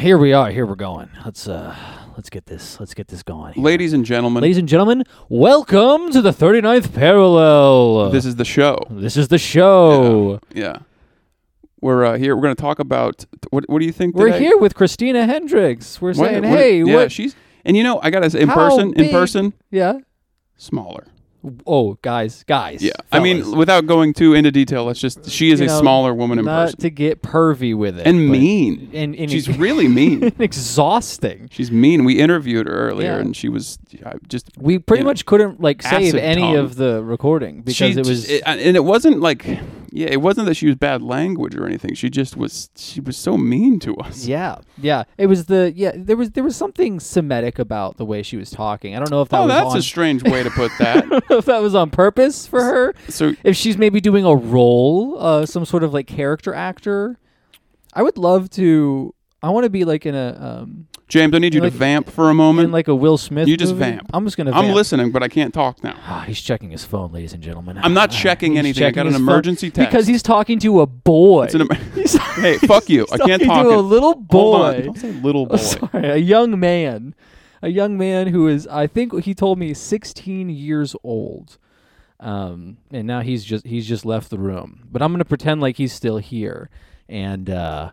here we are. Here we're going. Let's uh, let's get this. Let's get this going. here. Ladies and gentlemen, Ladies and gentlemen, welcome to the 39th parallel. this is the show. This is the show. Yeah. We're uh, here. We're going to talk about what what do you think We're today? here with Christina Hendricks. We're What- saying, what- hey, yeah, what? she's And you know, I got to say in How person, in big- person, yeah. smaller. Oh, guys, guys. Yeah. I mean, fellas, without going too into detail, let's just she is you a know, smaller woman in not person. to get pervy with it, and but- mean. and, and she's really mean. exhausting. She's mean. We interviewed her earlier Yeah. and she was I just We pretty Yeah. much couldn't like save Acid any tongue. of the recording because she it j- was it- and it wasn't like yeah, it wasn't that she was bad language or anything. She just was she was so mean to us. Yeah, yeah. It was the yeah. There was there was something Semitic about the way she was talking. I don't know if that Oh, was that's on, a strange way to put that. I don't know if that was on purpose for her. So If she's maybe doing a role, uh, some sort of like character actor. I would love to. I want to be like in a um James, I need you Like- to vamp for a moment. in like a Will Smith. You just movie. vamp. I'm just gonna. Vamp. I'm listening, but I can't talk now. Ah, he's checking his phone, ladies and gentlemen. I'm not Ah, checking he's anything. I got checking an his emergency phone text. because he's talking to a boy. It's an em- He's- hey, fuck you! he's I can't talking talk. to it. a little Hold boy. on. Don't say little boy. Oh, sorry, a young man, a young man who is, I think he told me, 16 years old, um, and now he's just he's just left the room. But I'm gonna pretend like he's still here, and uh,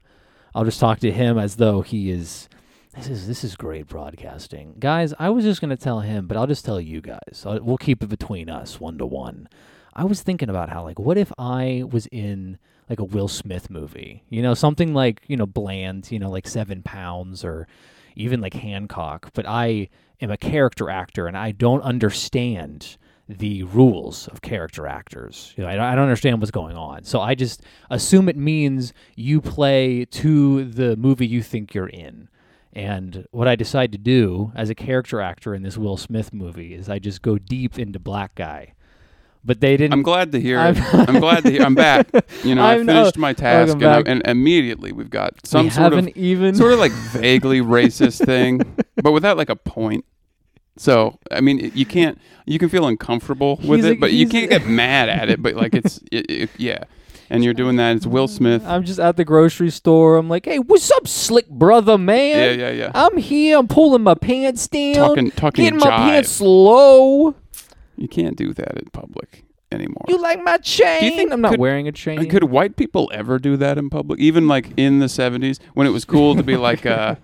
I'll just talk to him as though he is. This is this is great broadcasting, guys. I was just gonna tell him, but I'll just tell you guys. i we'll keep it between us, one to one. I was thinking about how like, what if I was in like a Will Smith movie, you know, something like you know bland, you know, like Seven Pounds or even like Hancock, but I am a character actor and I don't understand the rules of character actors. You know, I don't, I don't understand what's going on. So I just assume it means you play to the movie you think you're in. And what I decide to do as a character actor in this Will Smith movie is I just go deep into black guy. But they didn't. I'm glad to hear. it. I'm- I'm glad to hear. I'm back. You know, i I'm- finished oh, my task, welcome and, I, back. and immediately we've got some we sort haven't of even. sort of like vaguely racist thing, but without like a point. So I mean, it- you can't. You can feel uncomfortable with He's it, a- but you he's- can't get mad at it. But like it's, it, it, yeah. And you're doing that. It's Will Smith. I'm just at the grocery store. I'm like, hey, what's up, slick brother, man? Yeah, yeah, yeah. I'm here. I'm pulling my pants down. Talking- talking um, getting my jive. pants low. You can't do that in public anymore. You like my chain? think I'm not could- wearing a chain? And could white people ever do that in public? Even like in the 70s when it was cool to be like, uh,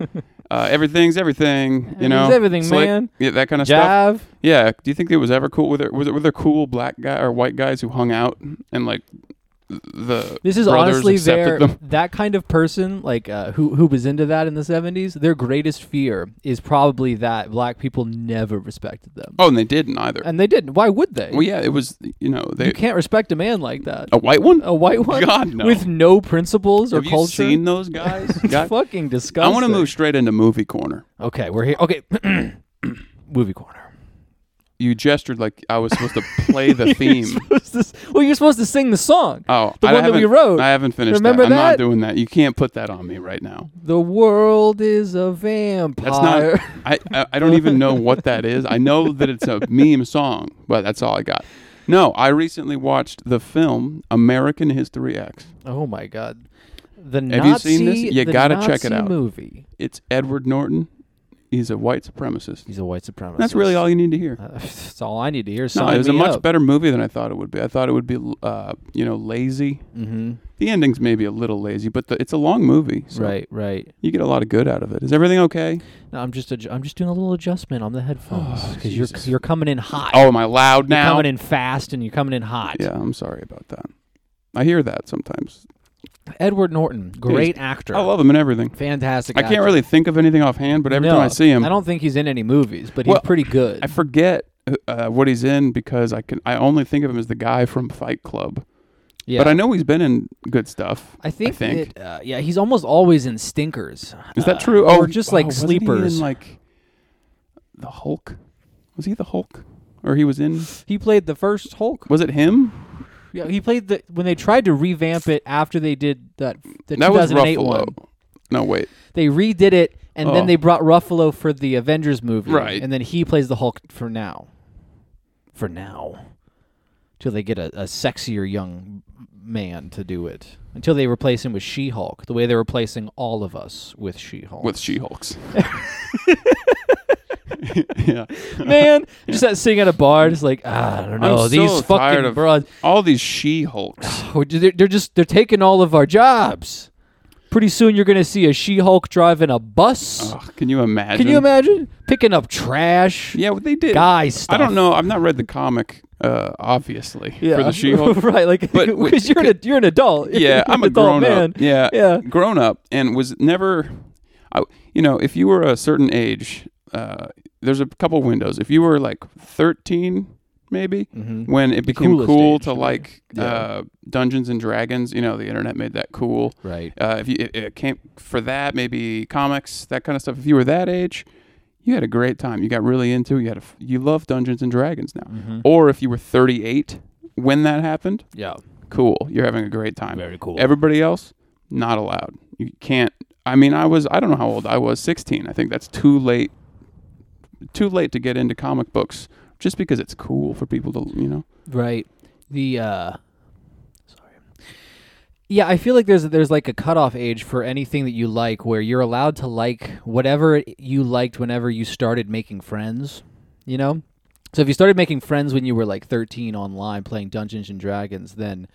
uh, everything's everything, you know? Everything's everything, slick, man. Yeah, that kind of stuff. jive. Yeah. Do you think it was ever cool? Were there, was there, were there cool black guy or white guys who hung out and like the This is brothers honestly their accepted them? that kind of person, like uh, who who was into that in the '70s. Their greatest fear is probably that black people never respected them, Oh, and they didn't either. and they didn't. Why would they? well, yeah, it was, you know, they you can't respect a man like that. a white one? A white one God, no. with no principles or Have you culture. seen those guys? God- fucking I disgusting. want to move straight into movie corner. Okay, we're here. Okay, movie corner. You gestured like I was supposed to play the theme. well, you're supposed to sing the song. Oh, The I one that we haven't- wrote. I haven't finished Remember that. I'm that? not doing that. You can't put that on me right now. the world is a vampire. That's not. I, I I don't even know what that is. I know that it's a meme song, but that's all I got. No, I recently watched the film American History X. oh my god. The you Nazi. seen this? You the gotta check it Nazi out. Movie. It's Edward Norton. He's a white supremacist. He's a white supremacist. That's really all you need to hear. Uh, that's all I need to hear. No, Sign it was a me much up. better movie than I thought it would be. I thought it would be, uh, you know, lazy. Mm-hmm. The ending's maybe a little lazy, but the, it's a long movie, so Right, right. you get a lot of good out of it. Is everything okay? No, I'm just adju- I'm just doing a little adjustment on the headphones Oh, because you're Jesus. you're coming in hot. Oh, am I loud you're now? coming in fast and you're coming in hot. Yeah, I'm sorry about that. I hear that sometimes. Edward Norton, great actor. I love him and everything. Fantastic. I can't actor. really think of anything offhand, but every No, time I see him, I I, don't think he's in any movies, but he's Well, pretty good. forget uh, what he's in because I can. I only think of him as the guy from Fight Club, yeah. but I know he's been in good stuff. I think, I think. that, uh, yeah, he's almost always in stinkers. Is that Uh, true? Oh, or just like wow, wasn't he in, sleepers. He, like the Hulk. Was he the Hulk, or he was in? played the first Hulk. Was it him? Yeah, he played the when they tried to revamp it after they did that the that was 2008 Ruffalo. one. No, wait. They redid it and Oh. then they brought Ruffalo for the Avengers movie. Right. And then he plays the Hulk for now. For now. till they get a, a sexier young man to do it. Until they replace him with She-Hulk, the way they're replacing all of us with She-Hulk. with She Hulks. yeah. man, just that sitting at a bar, just like ah, I don't know I'm these so tired fucking of- broads. All these She Hulks. Oh, They're, they're just they're taking all of our jobs. Pretty soon you're gonna see a She-Hulk driving a bus. Can you Uh, imagine? Can you imagine picking up trash, Yeah, what they did. guy stuff? I don't know. I've not read the comic, uh, obviously, for the She Hulk. right? Like But w- because you're an you're an adult. You're yeah, I'm an a adult grown man. up. Yeah, Yeah. grown up, and was never, I, you know, if you were a certain age, uh, there's a couple windows. If you were like 13, maybe Mhm. when it became coolest cool age, to right? like uh, Dungeons and Dragons, you know, the internet made that cool. Right. Uh, if you it, it came for that, maybe comics, that kind of stuff. If you were that age. You had a great time. You got really into. it. You had a, f- you love Dungeons and Dragons now. Or if you were 38 when that happened, Mm-hmm. Yeah. cool. You're having a great time. Very cool. Everybody else, not allowed. You can't. I mean, I was. I don't know how old I was. 16. I think that's too late. Too late to get into comic books just because it's cool for people to, you know. Right. The uh sorry. Yeah, I feel like there's there's like a cutoff age for anything that you like where you're allowed to like whatever you liked whenever you started making friends, you know? So if you started making friends when you were like 13 online playing Dungeons and Dragons, then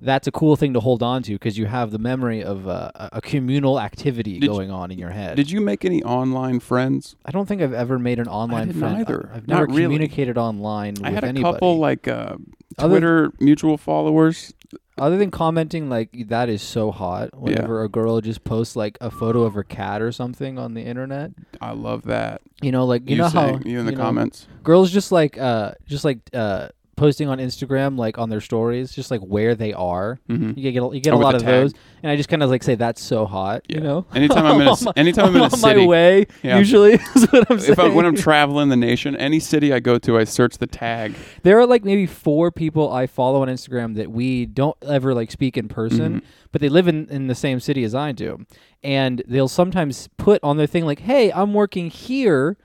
that's a cool thing to hold on to because you have the memory of uh, a a communal activity Did you- going on in your head. Did you make any online friends? I don't think I've ever made an online didn't friend. I- either. I've never Not really. communicated online I with had a anybody. couple like uh, Other- Twitter mutual followers. other than commenting like that is so hot whenever a girl just posts like a photo of her cat or something on the internet I love that. you know like you, know say, how you in the know, comments. girls just like uh just like uh posting on instagram like on their stories just like where they are Mm-hmm. you get you get Oh, a with lot the of tag. those and i just kind of like say that's so hot you know Anytime I'm in a on c- my- anytime I'm in a on my city. way Yeah. usually is what i'm saying If I, when I'm traveling the nation, any city I go to, I search the tag. there are like maybe four people I follow on Instagram that we don't ever like speak in person, but they live in, in the same city as I do. And they'll sometimes put on their thing like, hey, I'm working here.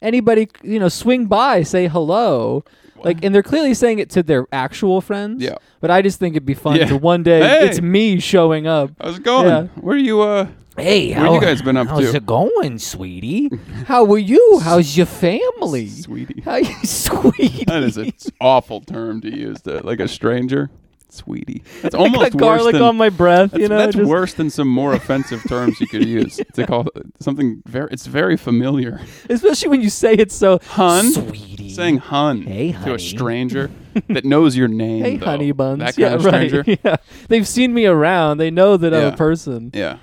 Anybody, you know, swing by, say hello. Like, and they're clearly saying it to their actual friends. Yeah. But I just think it'd be fun Yeah. to one day, Hey! it's me showing up. How's it going? Yeah. Where are you? Uh, Hey, Where you guys been up how's to? it going, sweetie? How are you? How's your family? sweetie. How you, sweetie? That is an awful term to use to like a stranger, sweetie. That's almost like garlic worse than, on my breath. that's, You know, that's just- worse than some more offensive terms you could use to call something very. It's very familiar. especially when you say it so Hun? sweetie. Saying "hun" Hey, to a honey. stranger that knows your name. hey, though. honey buns. That kind yeah, of right. stranger. Yeah, they've seen me around. They know that I'm Yeah. a person. Yeah.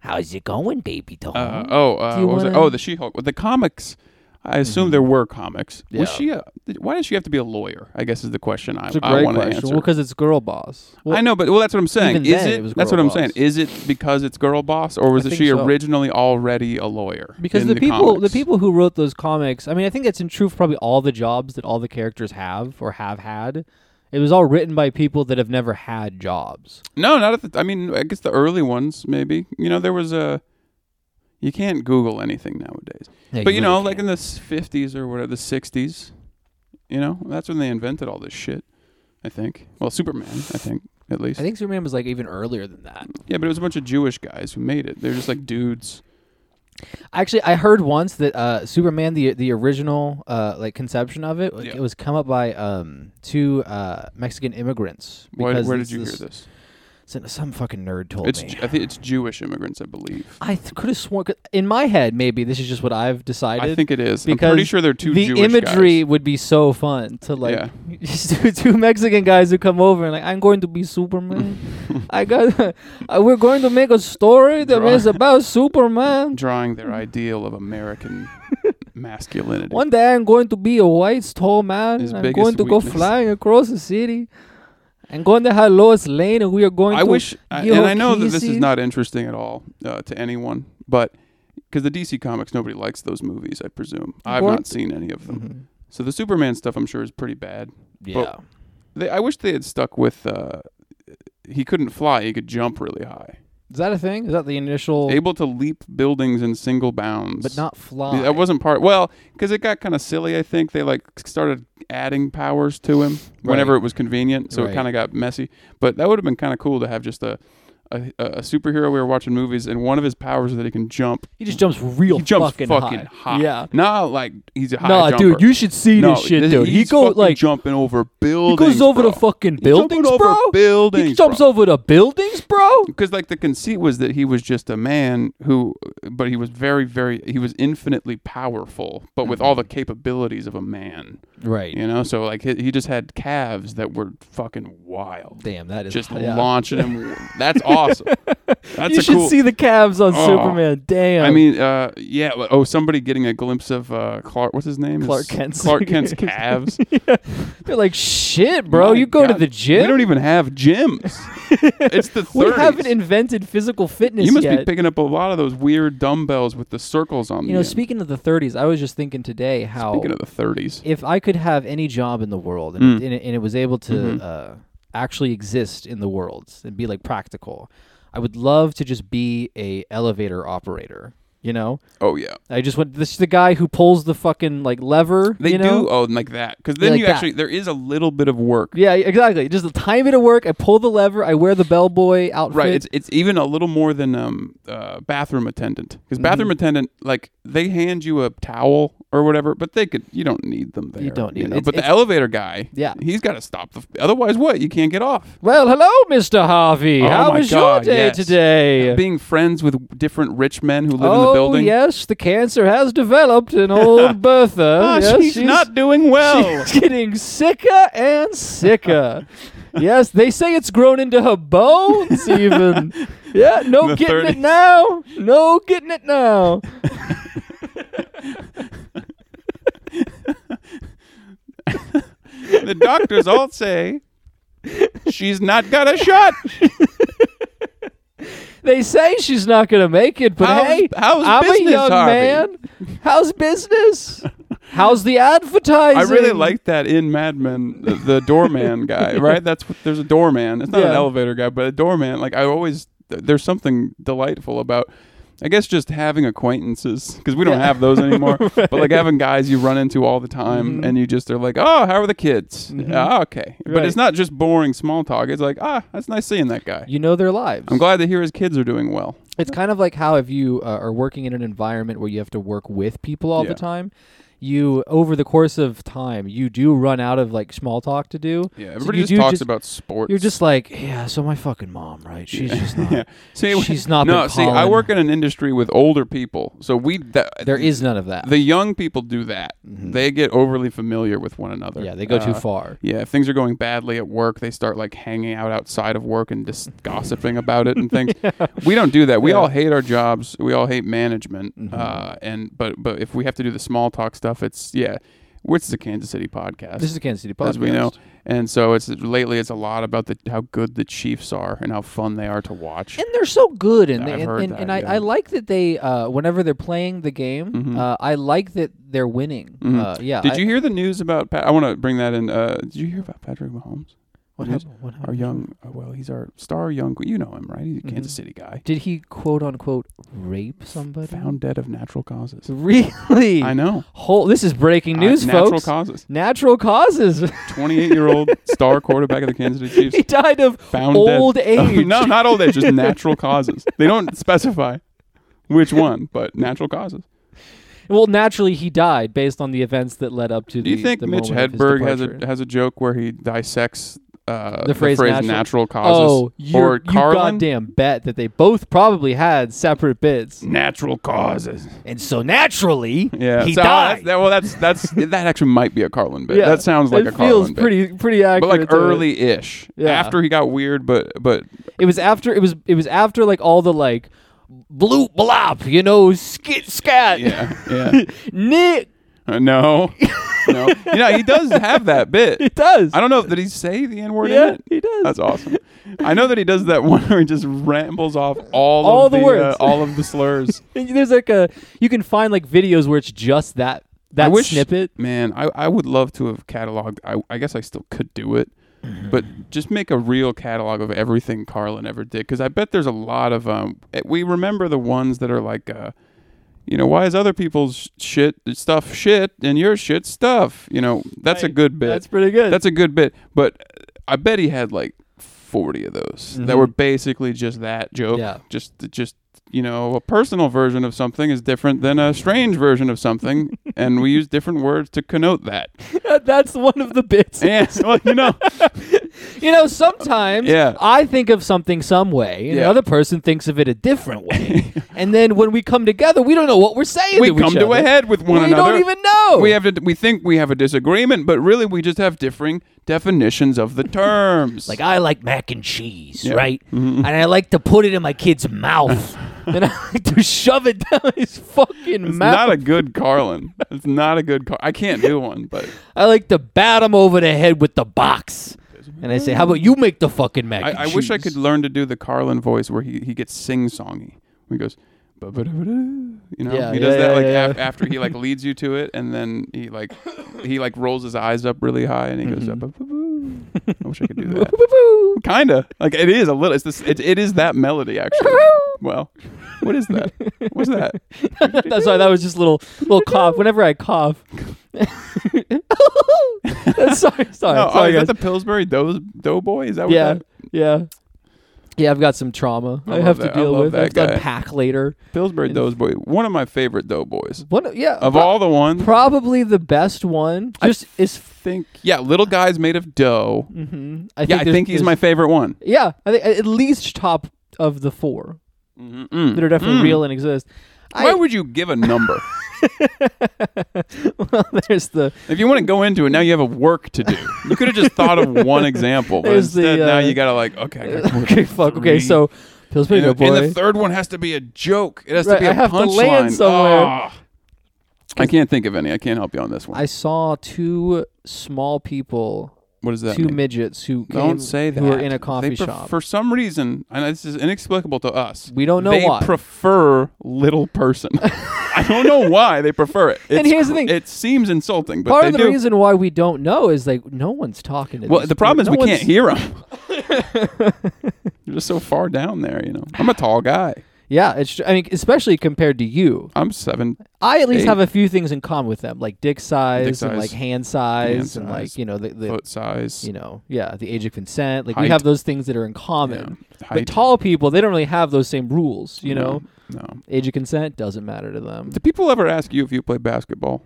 How's it going, baby doll? Uh, oh, uh, Do you what was it? wanna- Mm-hmm. oh, the She-Hulk. Well, the comics. I assume there were comics. Was Yeah. she a? did- Why does she have to be a lawyer? I guess is the question I, That's a I great want to question. answer. Well, because it's girl boss. Well, I know, but well, that's what I'm saying. Even Is then, it? it was that's what girl I'm boss. saying. Is it because it's girl boss, or I was it think she so. originally already a lawyer? because in the, people, comics? the people who wrote those comics. I mean, I think that's in true for probably all the jobs that all the characters have or have had. It was all written by people that have never had jobs. No, not at the. I mean, I guess the early ones, maybe. You know, there was a. You can't Google anything nowadays, Yeah, but you know, really like can't. in the s- 50s or whatever, the 60s. You know, that's when they invented all this shit. I think. Well, Superman. I think at least. I think Superman was like even earlier than that. yeah, but it was a bunch of Jewish guys who made it. They're just like dudes. Actually, I heard once that uh, Superman, the the original uh, like conception of it, Yeah. it was come up by um, two uh, Mexican immigrants. Why, because where it's did you hear this? this? some- Some fucking nerd told It's. me. I think it's Jewish immigrants, I believe. I th- could have sworn 'cause in my head. Maybe this is just what I've decided. I think it is. I'm because pretty sure they're two the Jewish imagery guys. would be so fun to like Yeah. just two, two Mexican guys who come over and like I'm going to be Superman. I got. uh, we're going to make a story that Draw- is about Superman. drawing their ideal of American masculinity. One day I'm going to be a white tall man. His I'm biggest going to go weakness. flying across the city. I'm going to have Lois Lane, and we are going I to. wish, I, give and her I know that this is kisses. not interesting at all uh, to anyone, but because the DC comics, nobody likes those movies. I presume I've What? not seen any of them. Mm-hmm. So the Superman stuff, I'm sure, is pretty bad. Yeah. They, I wish they had stuck with. Uh, he couldn't fly; he could jump really high. Is that a thing? Is that the initial? Able to leap buildings in single bounds. but not fly. That wasn't part. Well, because it got kind of silly. I think they like started adding powers to him whenever it was convenient, so Right. it kind of got messy. But that would have been kind of cool to have just a, a a superhero. We were watching movies, and one of his powers is that he can jump. he just jumps real He jumps fucking, fucking, high. high. Yeah. Not like he's a high Nah, jumper. dude, you should see no, this shit, this- dude. He he's goes fucking like jumping over he buildings. goes over bro. the fucking He's jumping buildings, over bro. Buildings. he jumps over the buildings, bro. because like the conceit was that he was just a man who but he was very very he was infinitely powerful but with Mm-hmm. all the capabilities of a man Right. you know so like he, he just had calves that were fucking wild Damn, that is just yeah. launching him that's awesome that's you a should cool see the calves on Oh. Superman. Damn. I mean, uh, yeah. well, Oh, somebody getting a glimpse of uh, Clark. What's his name? Clark His- Kent's- Clark Kent's calves. they're like, shit, bro. My you go to God, the gym. We don't even have gyms. it's the 30s. We haven't invented physical fitness You must yet. be picking up a lot of those weird dumbbells with the circles on you the know, end. speaking of the 30s, I was just thinking today how Speaking of the 30s, if I could have any job in the world and, Mm. Mm-hmm. and, it, and it was able to uh, actually exist in the world and be like practical, I would love to just be a elevator operator. You know, oh yeah, I just went. This is the guy who pulls the fucking like lever. they you know? do own like that because then like you that. actually there is a little bit of work. Yeah, exactly. Just the time it at work. I pull the lever. I wear the bellboy outfit. Right, it's it's even a little more than um uh, bathroom attendant Mm-hmm. because bathroom attendant like they hand you a towel or whatever, but they could you don't need them there. You don't need it. It's- But the it's- elevator guy, Yeah. he's got to stop the. Otherwise, what you can't get off. well, hello, Mr. Harvey. Oh How my was God, your day yes. today? Being friends with different rich men who live oh, in the building. yes, the cancer has developed in old Bertha. Ah, yes, she's, not doing well. She's getting sicker and sicker. yes, they say it's grown into her bones, even. yeah, no The getting 30s. it now. No getting it now. the doctors all say she's not got a shot. They say she's not going to make it, but How's- hey, how's I'm a business, young Harvey? man. How's business? How's the advertising? I really like that in Mad Men, the, the doorman guy, right? That's what, there's a doorman. It's not an Yeah. elevator guy, but a doorman. Like I always, th- there's something delightful about. I guess just having acquaintances because we don't Yeah. have those anymore. But like having guys you run into all the time, Mhm. and you just are like, "Oh, how are the kids? Mhm. Ah, okay." But Right. it's not just boring small talk. It's like, "Ah, that's nice seeing that guy. You know their lives. I'm glad to hear his kids are doing well." It's kind of like how if you uh, are working in an environment where you have to work with people all Yeah. the time, you over the course of time you do run out of like small talk to do. Yeah, So everybody you just do talks just- about sports. You're just like, yeah. So my fucking mom, right? She's just not. yeah. See, She's not No, been see, I calling. work in an industry with older people, so we that, There is none of that. Mm-hmm. the young people do that. They get overly familiar with one another. yeah, they go too Uh, far. Yeah, if things are going badly at work, they start like hanging out outside of work and just gossiping about it and things. We don't do that. We all hate our jobs. We all hate management. Mm-hmm. Uh, and but but if we have to do the small talk stuff, it's yeah, it's the Kansas City podcast This is the Kansas City podcast. as we know. And so it's lately it's a lot about the how good the Chiefs are and how fun they are to watch. And they're so good, and Yeah, they, I've and, heard and, that, and I, yeah. Mm-hmm. I like that they uh, whenever they're playing the game, uh, I like that they're winning. Uh, yeah. Did I- you hear the news about? Pat, I want to bring that in. Uh, did you hear about Patrick Mahomes? What News? happened? What Our happened? young, uh, well, he's our star young. You know him, right? He's a Kansas Mm-hmm. City guy. Did he quote unquote rape somebody? Found dead of natural causes. Really? I know. Whole, this is breaking Uh, news, natural folks. causes. natural causes. 28 year old star quarterback of the Kansas City he Chiefs. died of Found old dead. age. no, not old age. Just natural causes. They don't specify which one, but natural causes. Well, naturally, he died based on the events that led up to Do the. you think the Mitch moment of his Hedberg has departure. a has a joke where he dissects uh, The phrase natural, natural- causes Oh, you're, or you Carlin goddamn bet that they both probably had separate bits, natural causes? and so naturally, Mm. Yeah, he so, uh, that's- died. that, well, that's that's that actually might be a Carlin bit. yeah, that sounds it like a Carlin feels bit. pretty pretty accurate. but like to it. early ish. Yeah. After he got weird, but but It was after it was it was after like all the like bloop blop, you know, skit scat. yeah, yeah. Nick Uh, no, no. You know, he does have that bit. it does. I don't know. Did he say the N word yeah, in it? he does. That's awesome. I know that he does that one where he just rambles off all, All of the the, words. uh, all of the slurs. And There's like a you can find like videos where it's just that I that wish- snippet. Man, I, I would love to have cataloged. I, I guess I still could do it. But just make a real catalog of everything Carlin ever did, because I bet there's a lot of um. eh, We remember the ones that are like, uh, you know, why is other people's shit stuff shit and your shit stuff? You know, that's a Right. good bit. That's pretty good. That's a good bit. But I bet he had like 40 of those that Mhm. were basically just that joke. Yeah. Just, just you know, a personal version of something is different than a strange version of something, and we use different words to connote that. that's one of the bits. And well, you know, You know, sometimes Yeah. I think of something some way, and the Yeah. other person thinks of it a different way, and then when we come together, we don't know what we're saying. we to each come to a other. head with one we another. don't even know. We have to. We think we have a disagreement, but really, we just have differing definitions of the terms. like I like mac and cheese, Yeah. Mm-hmm. right? And I like to put it in my kid's mouth, and I like to shove it down his fucking it's mouth. not a good Carlin. It's not a good Car. I can't do one, but I like to bat him over the head with the box. And I say, how about you make the fucking mac and I, I wish I cheese?" could learn to do the Carlin voice where he, he gets sing songy. He goes, "Ba-ba-da-ba-da," you know, Yeah, he does yeah, that yeah, like yeah. af- after he like leads you to it, and then he like he like rolls his eyes up really high, and he goes, Mm-hmm. "Ba-ba-boo." I wish I could do that. Kinda like it is a little. It's this. It, it is that melody actually. well, what is that? What's that? That's why that was just little little cough. Whenever I cough, sorry, sorry, No, oh, sorry, is guys. that the Pillsbury Dough Doughboy? Is that what yeah, that? yeah, yeah. I've got some trauma I I, love have that- to I deal love with. I have that to guy. unpack later. Pillsbury Doughboy. One of my favorite Doughboys One, yeah, of pro- all the ones. probably the best one. Just is. think yeah, little guys made of dough. hmm I think Yeah, I there's- think he's there's- my favorite one. Yeah, I think at least top of the four that are Hmm. definitely real and exist. Mm-hmm. Mm. Why I, would you give a number? well, there's the if you want to go into it, now you have a work to do. You could have just thought of one example, but There's the, instead now uh, you gotta like okay. I gotta come up okay, with fuck. Okay, three. so Pillsbury and, the- and Doughboy. the third one has to be a joke. It has Right, to be I a have to land punchline. somewhere. Ah. I can't think of any. I can't help you on this one. I saw two small people what does that two mean? midgets who came, Don't say that. who were in They a coffee pref- shop. For some reason, and this is inexplicable to us. We don't know they why. prefer little person. I don't know why they prefer it. It's here's cr- the thing. It seems insulting, but Part they of the do. reason why we don't know is like no one's talking to. well, these the problem is people. we No can't one's- hear them. You're just so far down there, you know. I'm a tall guy. Yeah, it's. tr- I mean, especially compared to you, I'm seven. I at least Hey. have a few things in common with them, like dick size, and size. like hand size, Hand and size. like you know the, the foot size. you know yeah the age of consent. Like we Height. have those things that are in yeah, common. But height. tall people, they don't really have those same rules. You know, No, no. age of consent doesn't matter to them. Do people ever ask you if you play basketball?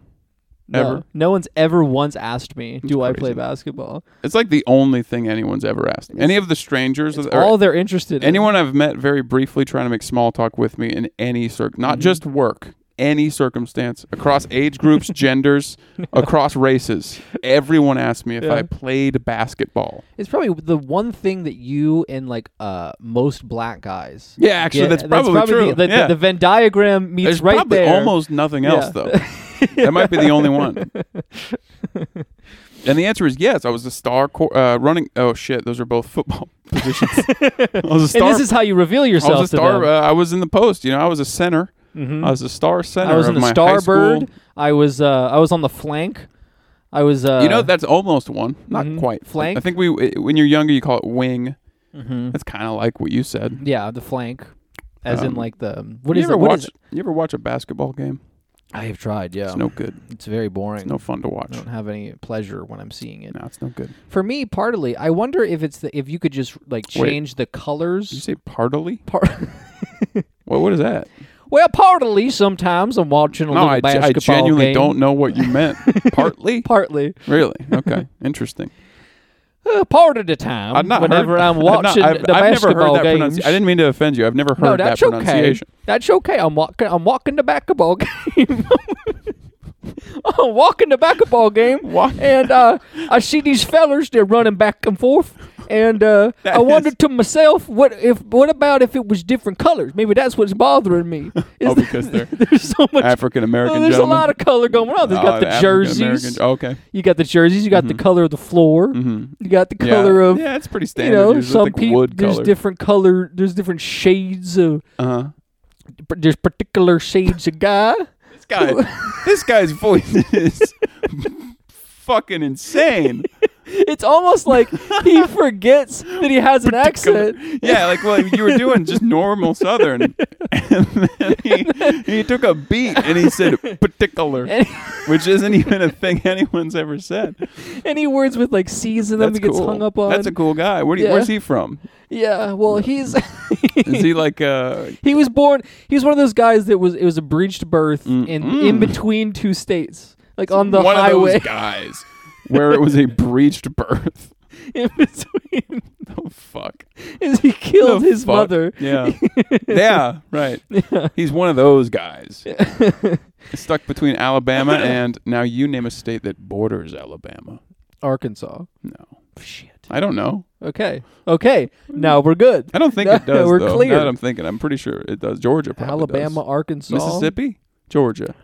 No, Ever. no one's ever once asked me, "Do I play crazy. basketball?" It's like the only thing anyone's ever asked. me. Any of the strangers It's or all they're interested. in. anyone I've met very briefly trying to make small talk with me in any circ, not Mm-hmm. just work, any circumstance, across age groups, genders, across races. Everyone asked me if Yeah. I played basketball. It's probably the one thing that you and like uh most black guys. Yeah, actually, get- that's probably, true. The, the, yeah. the Venn diagram meets There's right probably there. almost nothing else Yeah. though. that might be the only one. And the answer is yes. I was a star cor- uh, running. Oh shit, those are both football positions. I was a and star. this is how you reveal I yourself was to a star. them. Uh, I was in the post. You know, I was a center. Mhm. I was a star center. I was of in the my high starbird. school. I was uh I was on the flank. I was uh you know, that's almost one, not mhm. quite. Flank? I think we, when you're younger, you call it wing. mhm. That's kind of like what you said. yeah, the flank as in Um, like the what is you ever it? What watch? is it? You ever watch a basketball game? I have tried, yeah. It's no good. It's very boring. It's no fun to watch. I don't have any pleasure when I'm seeing it. No, it's no good. For me, partly, I wonder if it's the if you could just like Wait. change the Did you colors. say partily? Par- What? What is that? Well, partly sometimes I'm watching a No, little I, ge- I basketball genuinely game. don't know what you meant. partly? Partly, Really? Okay. Interesting. uh, part of the time, I've not whenever heard, I'm I've watching not, I've, the I've basketball never heard that games. pronunci- I didn't mean to offend you. I've never heard no, that that's okay. pronunciation. That's okay. I'm walking. I'm walking the basketball game. I'm walking the basketball game, Walk- and uh, I see these fellers. They're running back and forth, and uh, That I wonder is- to myself, what if? What about if it was different colors? Maybe that's what's bothering me. Is Oh, because they're there's so much. African American oh, there's a gentlemen. lot of color going on. There's Oh, got the African jerseys. American- Okay. You got the jerseys. You got the color of the floor. Mm-hmm. You got the color yeah. of yeah, it's pretty you standard. know usually, some like people. wood There's color. different color. There's different shades of. uh-huh. There's particular shades of guy. This guy, this guy's voice is fucking insane. It's almost like he forgets that he has an accent. Yeah, like well, you were doing just normal Southern, and then he, he took a beat and he said particular, And, which isn't even a thing anyone's ever said. and he words with like C's in them That's he gets cool. hung up on. That's a cool guy. Where do you, Yeah. Where's he from? yeah, well, he's Is he like uh he was born. He was one of those guys that was it was a breached birth in in between two states, like on the Mm, one highway. of those guys where it was a breached birth? in between, Oh fuck! is he killed The his fuck? mother. Yeah, yeah, right. He's one of those guys stuck between Alabama and now you name a state that borders Alabama. Arkansas. No, Shit. I don't know. Okay. Okay. Now we're good. I don't think No, it does. we're though. Now clear. that I'm thinking, I'm pretty sure it does. Georgia, probably Alabama, does. Arkansas, Mississippi, Georgia,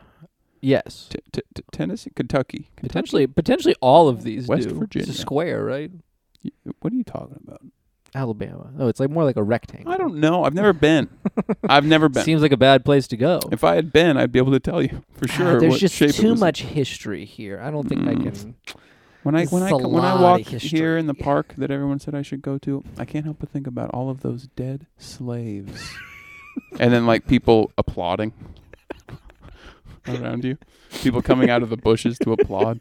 Yes. T- t- t- Tennessee, Kentucky. Potentially, potentially all of these West do. Virginia. It's a square, right? Kentucky. What are you talking about? Alabama. Oh, it's like more like a rectangle. I don't know. I've never been. I've never been. Seems like a bad place to go. if I had been, I'd be able to tell you for Ah, sure. there's what just shape it too was in. much history here. I don't think I Mm. can. When I This when is I a when lot of I walk here history. in the park that everyone said I should go to, I can't help but think about all of those dead slaves, and then like people applauding around you, people coming out of the bushes to applaud.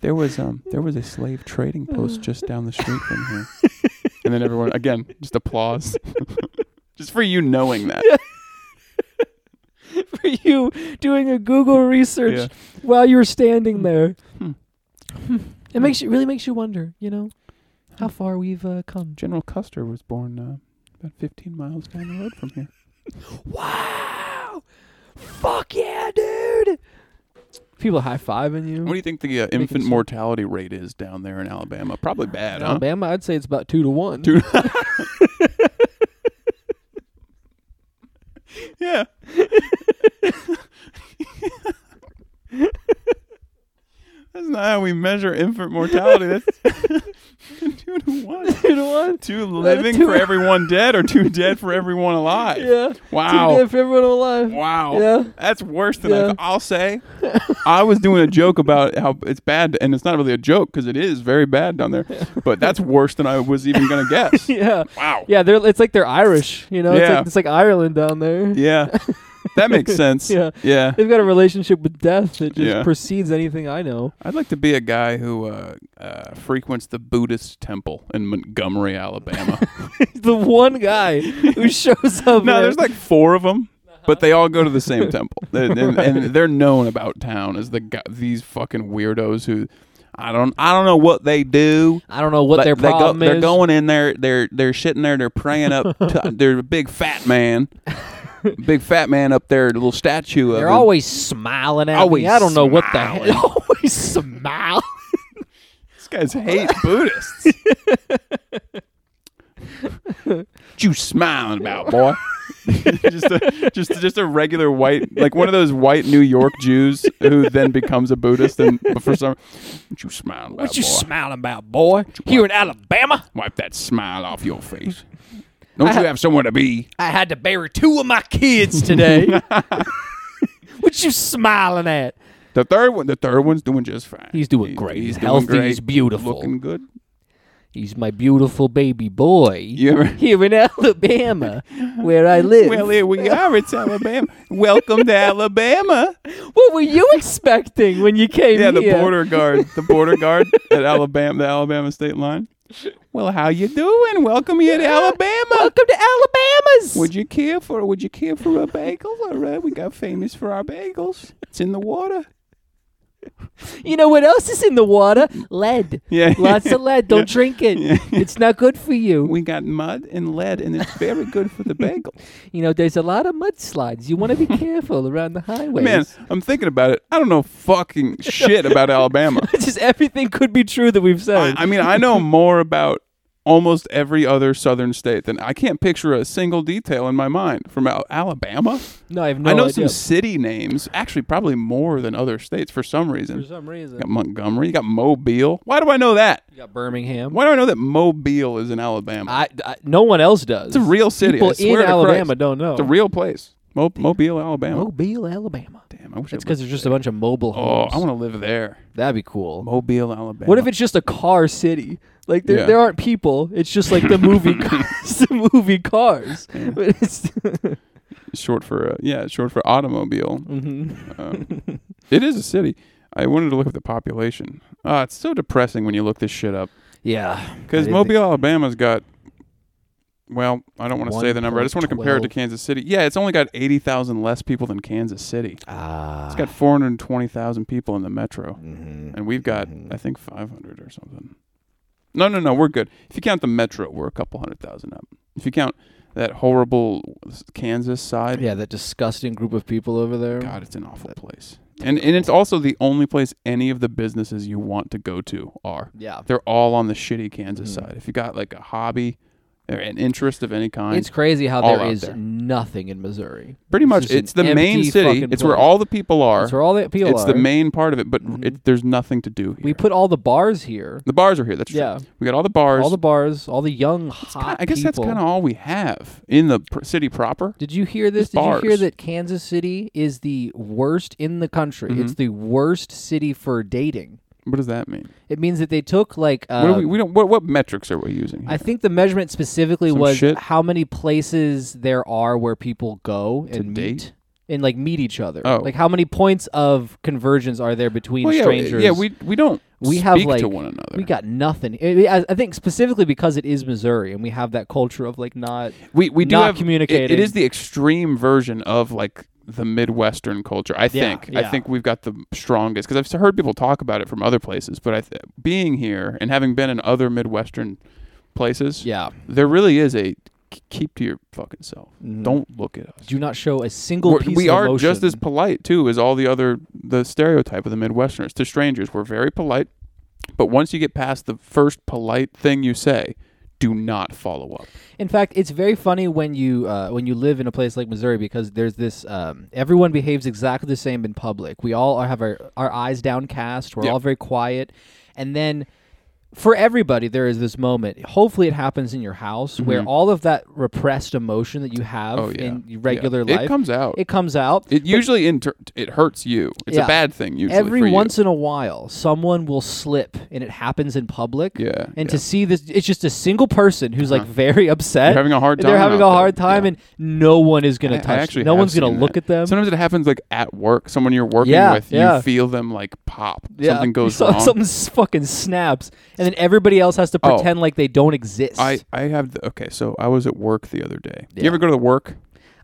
There was um there was a slave trading post just down the street from here, and then everyone again just applause, just for you knowing that. For you doing a Google research Yeah. while you're standing there, Hmm. Hmm. Hmm. it makes you really makes you wonder. You know how far we've uh, come. General Custer was born uh, about 15 miles down the road from here. Wow! Fuck yeah, dude! People high fiving you. What do you think the uh, it infant so- mortality rate is down there in Alabama? Probably bad, huh? Alabama, I'd say it's about two to one. Two- Yeah. That's not how we measure infant mortality. That's two to one. Two to one. Two living two- for everyone dead, or two dead for everyone alive. Yeah. Two Wow. dead for everyone alive. Wow. Yeah. That's worse than I Yeah. thought. I'll say. I was doing a joke about how it's bad, and it's not really a joke because it is very bad down there. But that's worse than I was even gonna guess. Yeah. Wow. Yeah, they're it's like they're Irish, you know. It's, Yeah. like, it's like Ireland down there. Yeah. That makes sense. Yeah. Yeah. They've got a relationship with death that just Yeah. precedes anything I know. I'd like to be a guy who uh, uh, frequents the Buddhist temple in Montgomery, Alabama. the one guy who shows up. no, there. there's like four of them, but they all go to the same temple, and, and- and they're known about town as the gu these fucking weirdos who. I don't. I don't know what they do. I don't know what but their they problem go, They're is. going in there. They're they're sitting there. They're praying up. To, they're a big fat man, big fat man up there. A little statue of. they're him. always smiling at Always me. I don't know what the smiling. hell. Always smiling. These guys hate Buddhists. what you smiling about, boy? just a just just a regular white like one of those white New York Jews who then becomes a Buddhist and but for some what you smiling about, What you boy? smiling about, boy? Here in Alabama, Wipe that smile off your face. Don't ha- you have somewhere to be? I had to bury two of my kids today. what you smiling at? The third one the third one's doing just fine. He's doing great. He's doing healthy. great. He's beautiful. Looking good. He's my beautiful baby boy. You ever Here in Alabama, where I live. Well, here we are. It's Alabama. Welcome to Alabama. what were you expecting when you came Yeah, here? the border guard, the border guard at Alabama, the Alabama state line. Well, how you doing? Welcome here to Alabama. Welcome to Alabama's. Would you care for Would you care for a bagel? All right, we got famous for our bagels. It's in the water. You know what else is in the water? Lead. Yeah. Lots of lead. Don't drink it. It's not good for you. We got mud and lead, and it's very good for the bagel. You know, there's a lot of mudslides. You want to be careful around the highways. Man, I'm thinking about it. I don't know fucking shit about Alabama. Just everything could be true that we've I, said. I mean, I know more about almost every other southern state than I can't picture a single detail in my mind from Al- Alabama. no, I have no I know idea. some city names, actually, probably more than other states for some reason. For some reason. You got Montgomery, you got Mobile. Why do I know that? You got Birmingham. Why do I know that Mobile is in Alabama? I, I, no one else does. it's a real city. People I swear in to Alabama Christ. don't know. It's a real place. Mo- Mobile, Alabama. Mobile, Alabama. Damn, I wish I That's because there's just a bunch of mobile Oh, homes. I want to live there. That'd be cool. Mobile, Alabama. What if it's just a car city? Like there, Yeah. there aren't people. It's just like the movie, cars, the movie cars. But it's short for uh, yeah, short for automobile? Mhm. Um, it is a city. I wanted to look up the population. Ah, it's so depressing when you look this shit up yeah, because I didn't Mobile, Alabama's got. Well, I don't want to say the number. I just want to compare it to 1.12. Kansas City. Yeah, it's only got eighty thousand less people than Kansas City. Think, ah, It's got four hundred twenty thousand people in the metro, mhm. and we've got Mhm. I think five hundred or something. No, no, no, we're good. If you count the metro, we're a couple hundred thousand up. If you count that horrible Kansas side, yeah, that disgusting group of people over there. God, it's an awful place. And and it's also the only place any of the businesses you want to go to are. Yeah, They're all on the shitty Kansas Mhm. side. If you got like a hobby or an interest of any kind, it's crazy how all there out is there. nothing in Missouri. pretty it's much just an it's the main empty city. fucking It's where place. all the people are. That's where all the people it's are. the main part of it, but Mhm. it, there's nothing to do here. we put all the bars here. the bars are here. That's true. Yeah. We got all the bars. All the bars, all the young hot. I guess that's people. kind of all we have in the pr- city proper. Did you hear this? Just Did you hear bars. that Kansas City is the worst in the country? Mm-hmm. It's the worst city for dating. What does that mean? It means that they took like uh, what do we, we don't. What, what metrics are we using? I think the measurement specifically Some was shit? how many places there are where people go To and meet date? and like meet each other. Oh. Like how many points of conversions are there between Well, yeah, strangers? yeah. We we don't. We speak have, like- to one another. We got nothing. I- I I think specifically because it is Missouri and we have that culture of like not we we do not have communicating. It, it is the extreme version of like the Midwestern culture. I Yeah, think. yeah. I think we've got the strongest because I've heard people talk about it from other places, but I th- being here and having been in other Midwestern places, yeah. there really is a k- keep to your fucking self. Mhm. Don't look at us. Do not show a single We're, piece we of are emotion. just as polite too as all the other the stereotype of the Midwesterners to strangers. We're very polite, but once you get past the first polite thing you say, do not follow up. In fact, it's very funny when you uh, when you live in a place like Missouri because there's this um, everyone behaves exactly the same in public. We all are, have our, our eyes downcast. We're Yeah. all very quiet, and then for everybody there is this moment. Hopefully, it happens in your house where all of that repressed emotion that you have Mm-hmm. Oh yeah, in Yeah. your regular life It comes out. it comes out. It usually inter- it hurts you. It's Yeah. a bad thing usually. Every for you. once in a while, someone will slip, and it happens in public. Yeah, And yeah. Uh-huh. to see this, it's just a single person who's like very upset. They're having a hard They're time having a out hard there. time, Yeah. and no one is I- gonna I touch. actually them. No have one's gonna seen look that. at them. Sometimes it happens like at work. Someone you're working Yeah, with, yeah. you feel them like pop. Yeah. Something goes So- wrong. Something s- fucking snaps, and then everybody else has to Oh. pretend like they don't exist. I I have the, okay. So I was at work the other day. Yeah. You ever go to the work?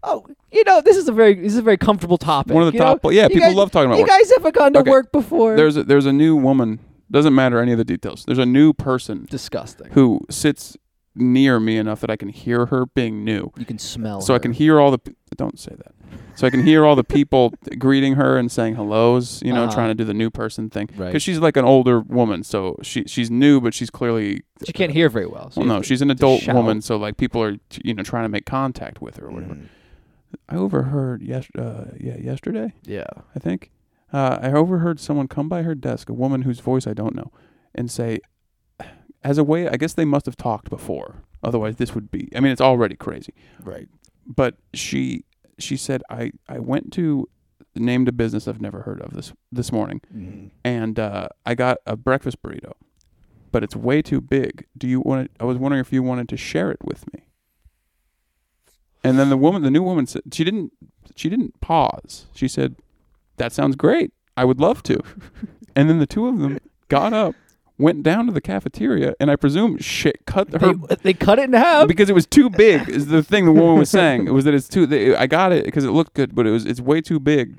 oh, you know, this is a very this is a very comfortable topic. One of the you know? top- yeah, You people guys- love talking about You work. guys haven't gone to Okay. work before. There's a, there's a new woman. Doesn't matter any of the details. There's a new person disgusting. who sits near me enough that I can hear her being new. You can smell. so I her. can hear all the p- don't say that. So I can hear all the people greeting her and saying hellos, you know, Uh-huh. trying to do the new person thing. Because Right. she's like an older woman, so she she's new, but she's clearly She can't hear very well. So Well, you no, have to- she's an to adult shout. woman, so like people are you know trying to make contact with her or whatever. Mhm. I overheard yes, uh, yeah, yesterday Yeah. I think. Uh, I overheard someone come by her desk, a woman whose voice I don't know, and say, as a way, I guess they must have talked before. Otherwise, this would be. I mean, it's already crazy. Right. but she she said I I went to named a business I've never heard of this this morning Mm-hmm. and uh, I got a breakfast burrito, but it's way too big. Do you want? It, I was wondering if you wanted to share it with me. And then the woman, the new woman, said she didn't she didn't pause. She said, "That sounds great. I would love to." and then the two of them got up. Went down to the cafeteria, and I presume shit cut her They, they cut it in half. because it was too big. Is the thing the woman was saying it was that it's too. They, I got it because it looked good, but it was it's way too big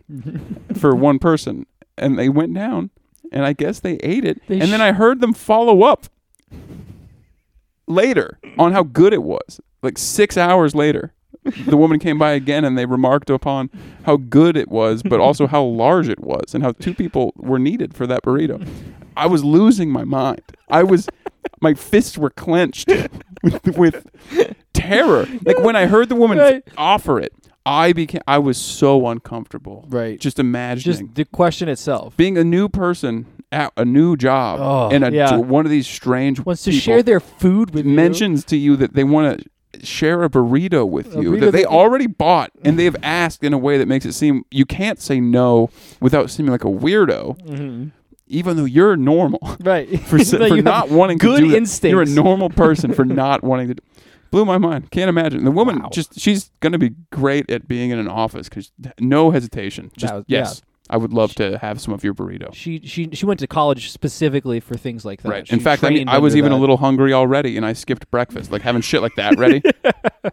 for one person. And they went down, and I guess they ate it. They and then sh- I heard them follow up later on how good it was. Like six hours later, the woman came by again, and they remarked upon how good it was, but also how large it was, and how two people were needed for that burrito. I was losing my mind. I was, my fists were clenched with, with terror. Like when I heard the woman Right. offer it, I became. I was so uncomfortable. Right. Just imagining Just the question itself. being a new person at a new job Oh, and a, yeah. one of these strange Wants to people share their food with you. mentions to you that they want to share a burrito with A you burrito that they that- already bought and they've asked in a way that makes it seem you can't say no without seeming like a weirdo, even though you're normal Mm-hmm. Right. for, s- That for you have not wanting good to do that. instincts. You're a normal person for not wanting to. do- Blew my mind. Can't imagine. The woman Wow. just she's gonna be great at being in an office because no hesitation. Just That was- yeah. yes, I would love to have some of your burrito. She she she went to college specifically for things like that. Right. She In fact, I mean, trained I was under even a that. little hungry already, and I skipped breakfast. Like having shit like that ready.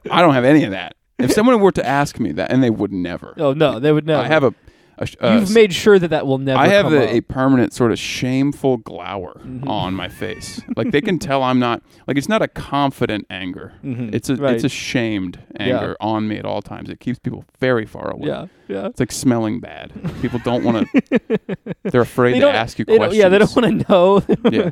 I don't have any of that. If someone were to ask me that, and they would never. Oh no, they would never. I have a. a sh- uh, You've made sure that that will never. I have come the, a up. Mm-hmm. permanent sort of shameful glower on my face. Like they can tell I'm not like it's not a confident anger. Mhm. It's a Right. it's a shamed anger on me at all times. It keeps people very far away. yeah yeah. It's like smelling bad. People don't want to. they're afraid They to don't ask you They questions. don't, yeah, they don't want to know. yeah.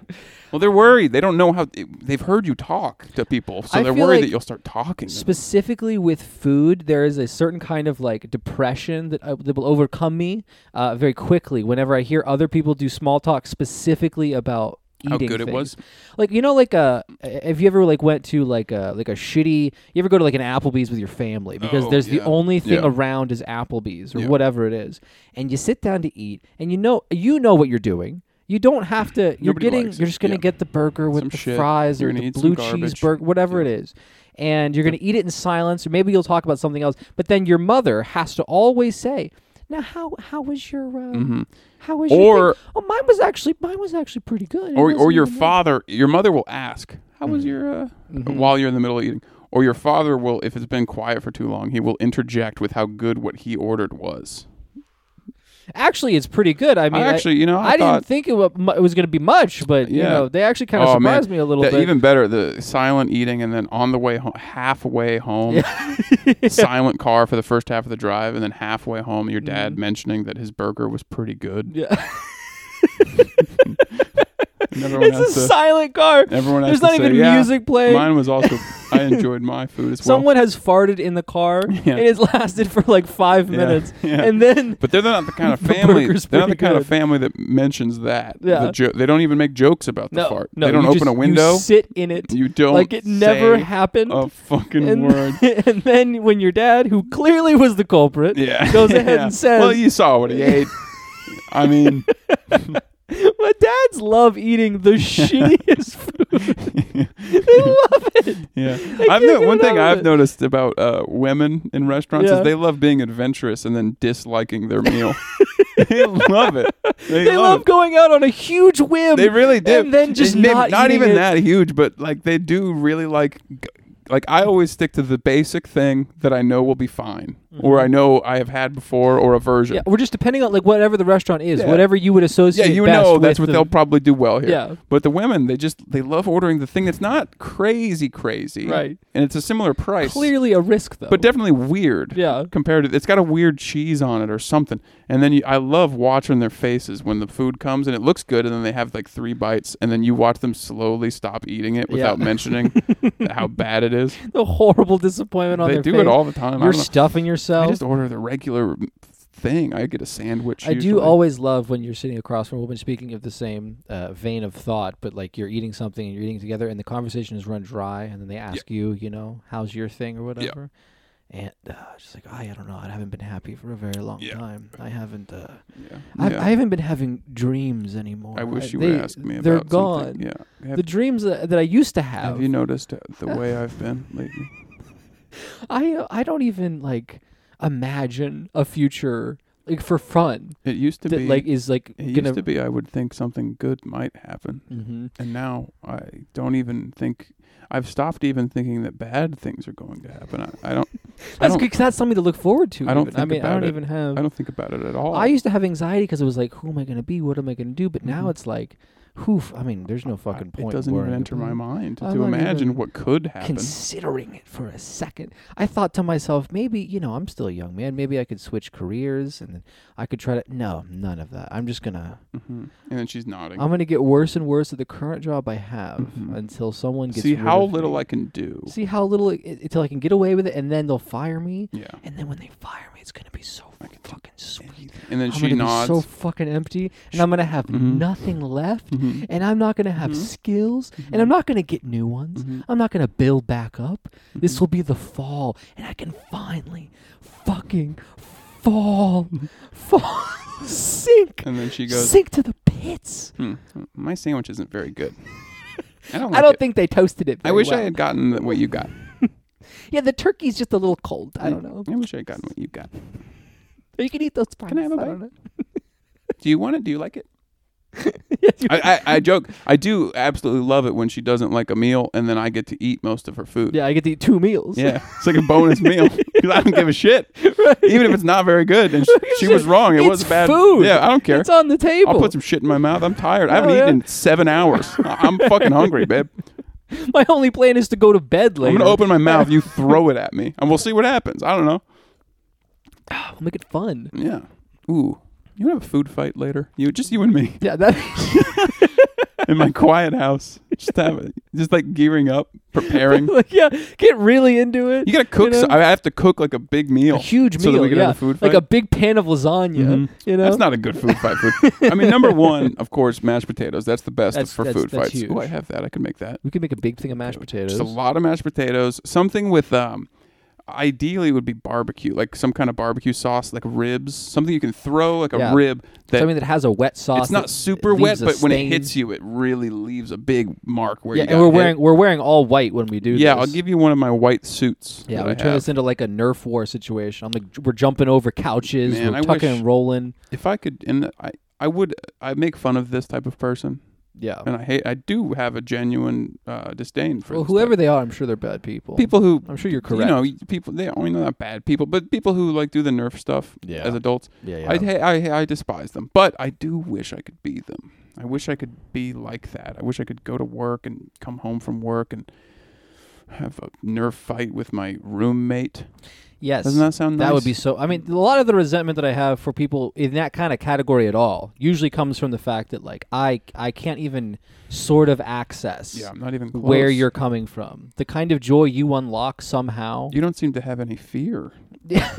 Well, they're worried. They don't know how. They've heard you talk to people, so I they're feel worried like that you'll start talking. to them. Specifically with food, there is a certain kind of like depression that, I, that will overcome me uh, very quickly whenever I hear other people do small talk specifically about How eating good it things. was. Like you know, like uh, if you ever like went to like a like a shitty, you ever go to like an Applebee's with your family because Oh, there's the yeah. only thing Yeah. around is Applebee's or Yeah. whatever it is, and you sit down to eat, and you know you know what you're doing. You don't have to. You're Nobody getting. likes You're it. just gonna Yeah. get the burger with Some the shit. fries You're or gonna the eat some blue garbage. cheeseburger, whatever it is, and you're gonna eat it in silence, or maybe you'll talk about something else. But then your mother has to always say, "Now how how was your uh, how was your Mm-hmm. Or- thing? oh mine was actually mine was actually pretty good It or or wasn't your even bad." father, your mother will ask, "How Mm-hmm. was your?" Uh, While you're in the middle of eating, or your father will, if it's been quiet for too long, he will interject with how good what he ordered was. Actually, it's pretty good. I mean, actually, you know, I didn't thought- think it, wa- mu- it was going to be much, but you Yeah. know, they actually kind of oh man, surprised me a little That- bit. Even better, the silent eating, and then on the way home, halfway home, silent car for the first half of the drive, and then halfway home, your dad Mm-hmm. mentioning that his burger was pretty good. yeah. And everyone it's a has to- silent car. Everyone has There's to not say, even "Yeah, music playing. Mine was also. I enjoyed my food as well. Someone has farted in the car. Yeah. It has lasted for like five Yeah, minutes, yeah. and then But they're not the kind of The family. burger's they're not the pretty kind good. of family that mentions that. Yeah. The jo- they don't even make jokes about the no, fart. no, they don't you open just- a window. You sit in it You don't like it never say happened. a fucking and, word. and then when your dad, who clearly was the culprit, Yeah. goes ahead Yeah. and says, Well, you saw what he ate. I mean, My dads love eating the shittiest food. they love it. I yeah. I've can't no- get one thing over I've it. noticed about uh, women in restaurants Yeah. is they love being adventurous and then disliking their meal. they love it. They, They love love going out on a huge whim. They really do. And then just They- not, eating even it. that huge, but like they do really like like I always stick to the basic thing that I know will be fine or I know I have had before or a version. Mm-hmm. Yeah, we're just depending on like whatever the restaurant is, Yeah. whatever you would Yeah, associate. you best know with that's what the- they'll probably do well here. Yeah. But the women, they just they love ordering the thing that's not crazy crazy. Right. And it's a similar price. Clearly a risk though. But definitely weird. Yeah. Compared to it's got a weird cheese on it or something. And then you, I love watching their faces when the food comes and it looks good and then they have like three bites and then you watch them slowly stop eating it without Yeah. mentioning how bad it is. the horrible disappointment on they their do face. it all the time. I, You're don't know. stuffing I yourself. just order the regular thing. I get a sandwich. I do usually. always love when you're sitting across from a woman speaking of the same uh, vein of thought, but like you're eating something and you're eating together, and the conversation is run dry, and then they ask you, you know, how's your thing or whatever, and uh, just like I, I don't know, I haven't been happy for a very long Yeah. time. I haven't, uh, Yeah. I, Yeah. I haven't been having dreams anymore. I wish you they, would ask me about They're something. gone. Yeah. Have, The dreams uh, that, that I used to have have, you noticed uh, the way I've been lately? I uh, I don't even like imagine a future like for fun It used to that be like is like it gonna. used to be I would think something good might happen. Mhm. And now I don't even think I've stopped even thinking that bad things are going to happen. I, I don't. I That's don't. good 'cause that's something to look forward to. I don't even. I think mean, I about don't it. even have. I I, don't think about it at all. used to have anxiety because it was like, who am I going to be? What am I going to do? But now Mhm. it's like, who? f- I mean, there's no fucking It point. doesn't worrying even enter my about mind I'm to not imagine even what could happen. Considering it for a second, I thought to myself, maybe you know, I'm still a young man. Maybe I could switch careers and then I could try to. No, none of that. I'm just gonna. hmm And then she's nodding. I'm gonna get worse and worse at the current job I have Mhm. until someone gets See rid how of little me. I can do. see how little it- until I can get away with it, and then they'll fire me. Yeah. And then when they fire me, it's gonna be so fucking sweet. and then I'm she gonna nods. Mm-hmm. be so fucking empty, and I'm gonna have nothing left, Mhm. and I'm not gonna have skills, Mm-hmm. and I'm not gonna get new ones. I'm not gonna build back up. Mm-hmm. This will be the fall, and I can finally fucking fall, fall, sink, and then she Mm-hmm. goes, sink to the pits. hmm, "My sandwich isn't very good. I don't. Like I don't it. think they toasted it. I very wish I well. had gotten th- what you got. Yeah, the turkey's just a little cold. I don't know. I wish I had gotten what you got. Or you can eat those. I have a fries. don't know. Do you want it? Do you like it? Yeah, dude. I, I, I joke. I do absolutely love it when she doesn't like a meal, and then I get to eat most of her food. Yeah, I get to eat two meals. Yeah, it's like a bonus meal because I don't give a shit, even if it's not very good. And she, she was wrong; it It's was bad. food. Yeah, I don't care. It's on the table. I'll put some shit in my mouth. I'm tired. I haven't Oh, yeah. eaten in seven hours. I- I'm fucking hungry, babe. My only plan is to go to bed later. I'm gonna open my mouth. You throw it at me, and we'll see what happens. I don't know. I'll make it fun. Yeah. Ooh. You wanna have a food fight later. You just you and me Yeah, that in my quiet house. Just have it. Just like gearing up, preparing. like yeah, get really into it. You gotta cook. know? so- I have to cook like a big meal. a huge so meal, that we can yeah, have a food like fight? a big pan of lasagna. Mhm. You know, That's not a good food fight. Food. I mean, number one, of course, mashed potatoes. That's the best That's- for that's- food that's fights. huge. Oh, I have that. I can make that. we could make a big thing of mashed potatoes. Just a lot of mashed potatoes. Something with um, ideally would be barbecue, like some kind of barbecue sauce, like ribs. Something you can throw, like a Yeah. rib. That Something that has a wet sauce. it's not that super wet, leaves a but when it stain. hits you, it really leaves a big mark where yeah, you. and got we're hit. wearing we're wearing all white when we do Yeah, this. I'll give you one of my white suits. Yeah, that we I turn have. this into like a Nerf war situation. I'm like, j- we're jumping over couches, Man, we're I tucking wish- and rolling. If I could, and I, I would, uh, I make fun of this type of person, Yeah. and I hate. I do have a genuine uh, disdain for Well, this type. whoever they are, I'm sure they're bad people. people who I'm sure you're correct. You know, y- people. They I mean, they're not bad people, but people who like do the Nerf stuff Yeah. as adults. yeah, I, ha- I I despise them, but I do wish I could be them. I wish I could be like that. I wish I could go to work and come home from work and have a Nerf fight with my roommate. yes. Doesn't that sound? That nice? would be so. I mean, a lot of the resentment that I have for people in that kind of category at all usually comes from the fact that like I I can't even sort of access Yeah, I'm not even close. where you're coming from. The kind of joy you unlock somehow. You don't seem to have any fear, yeah.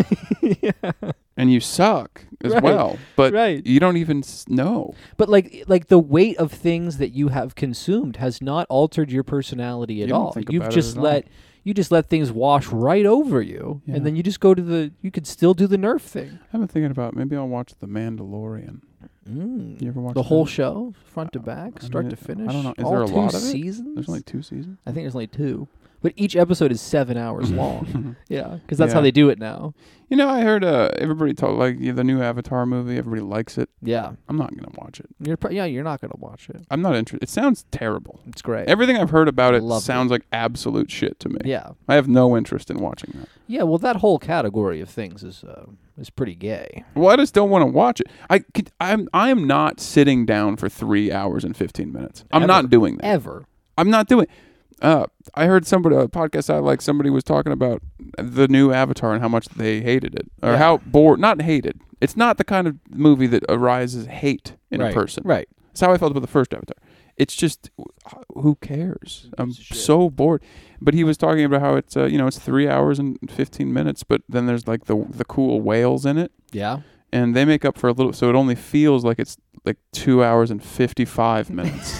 and you suck as Right, well. But right. you don't even s- know. But like like the weight of things that you have consumed has not altered your personality at You don't all. think You've about it just at all. let you just let things wash right over you Yeah. and then you just go to the you could still do the nerf thing. I've been thinking about maybe I'll watch The Mandalorian. Mm. You ever watch the whole that? show, front to Uh, back, I start mean, to I finish. don't know. Is all there a two lot of it? seasons? There's only two seasons. I think there's only two, but each episode is seven hours long. yeah, because that's how Yeah. they do it now. You know, I heard uh, everybody talk like yeah, the new Avatar movie. Everybody likes it. Yeah, I'm not gonna watch it. you're pro- yeah you're not gonna watch it. I'm not interested. It sounds terrible. It's great. Everything I've heard about it Love it. sounds like absolute shit to me. yeah, I have no interest in watching that. yeah. Well, that whole category of things is uh, is pretty gay. Well, I just don't want to watch it. I could, I'm I'm not sitting down for three hours and 15 minutes. I'm Ever. not doing that. Ever. I'm not doing. Uh, I heard somebody a podcast I like. Somebody was talking about the new Avatar and how much they hated it, or Yeah. how bored. Not hated. It's not the kind of movie that arises hate in right. a person. Right. That's how I felt about the first Avatar. It's just, wh- who cares? I'm gives a shit? so bored. But he was talking about how it's, uh, you know, it's three hours and fifteen minutes, but then there's like the the cool whales in it, Yeah. and they make up for a little, so it only feels like it's like two hours and fifty five minutes.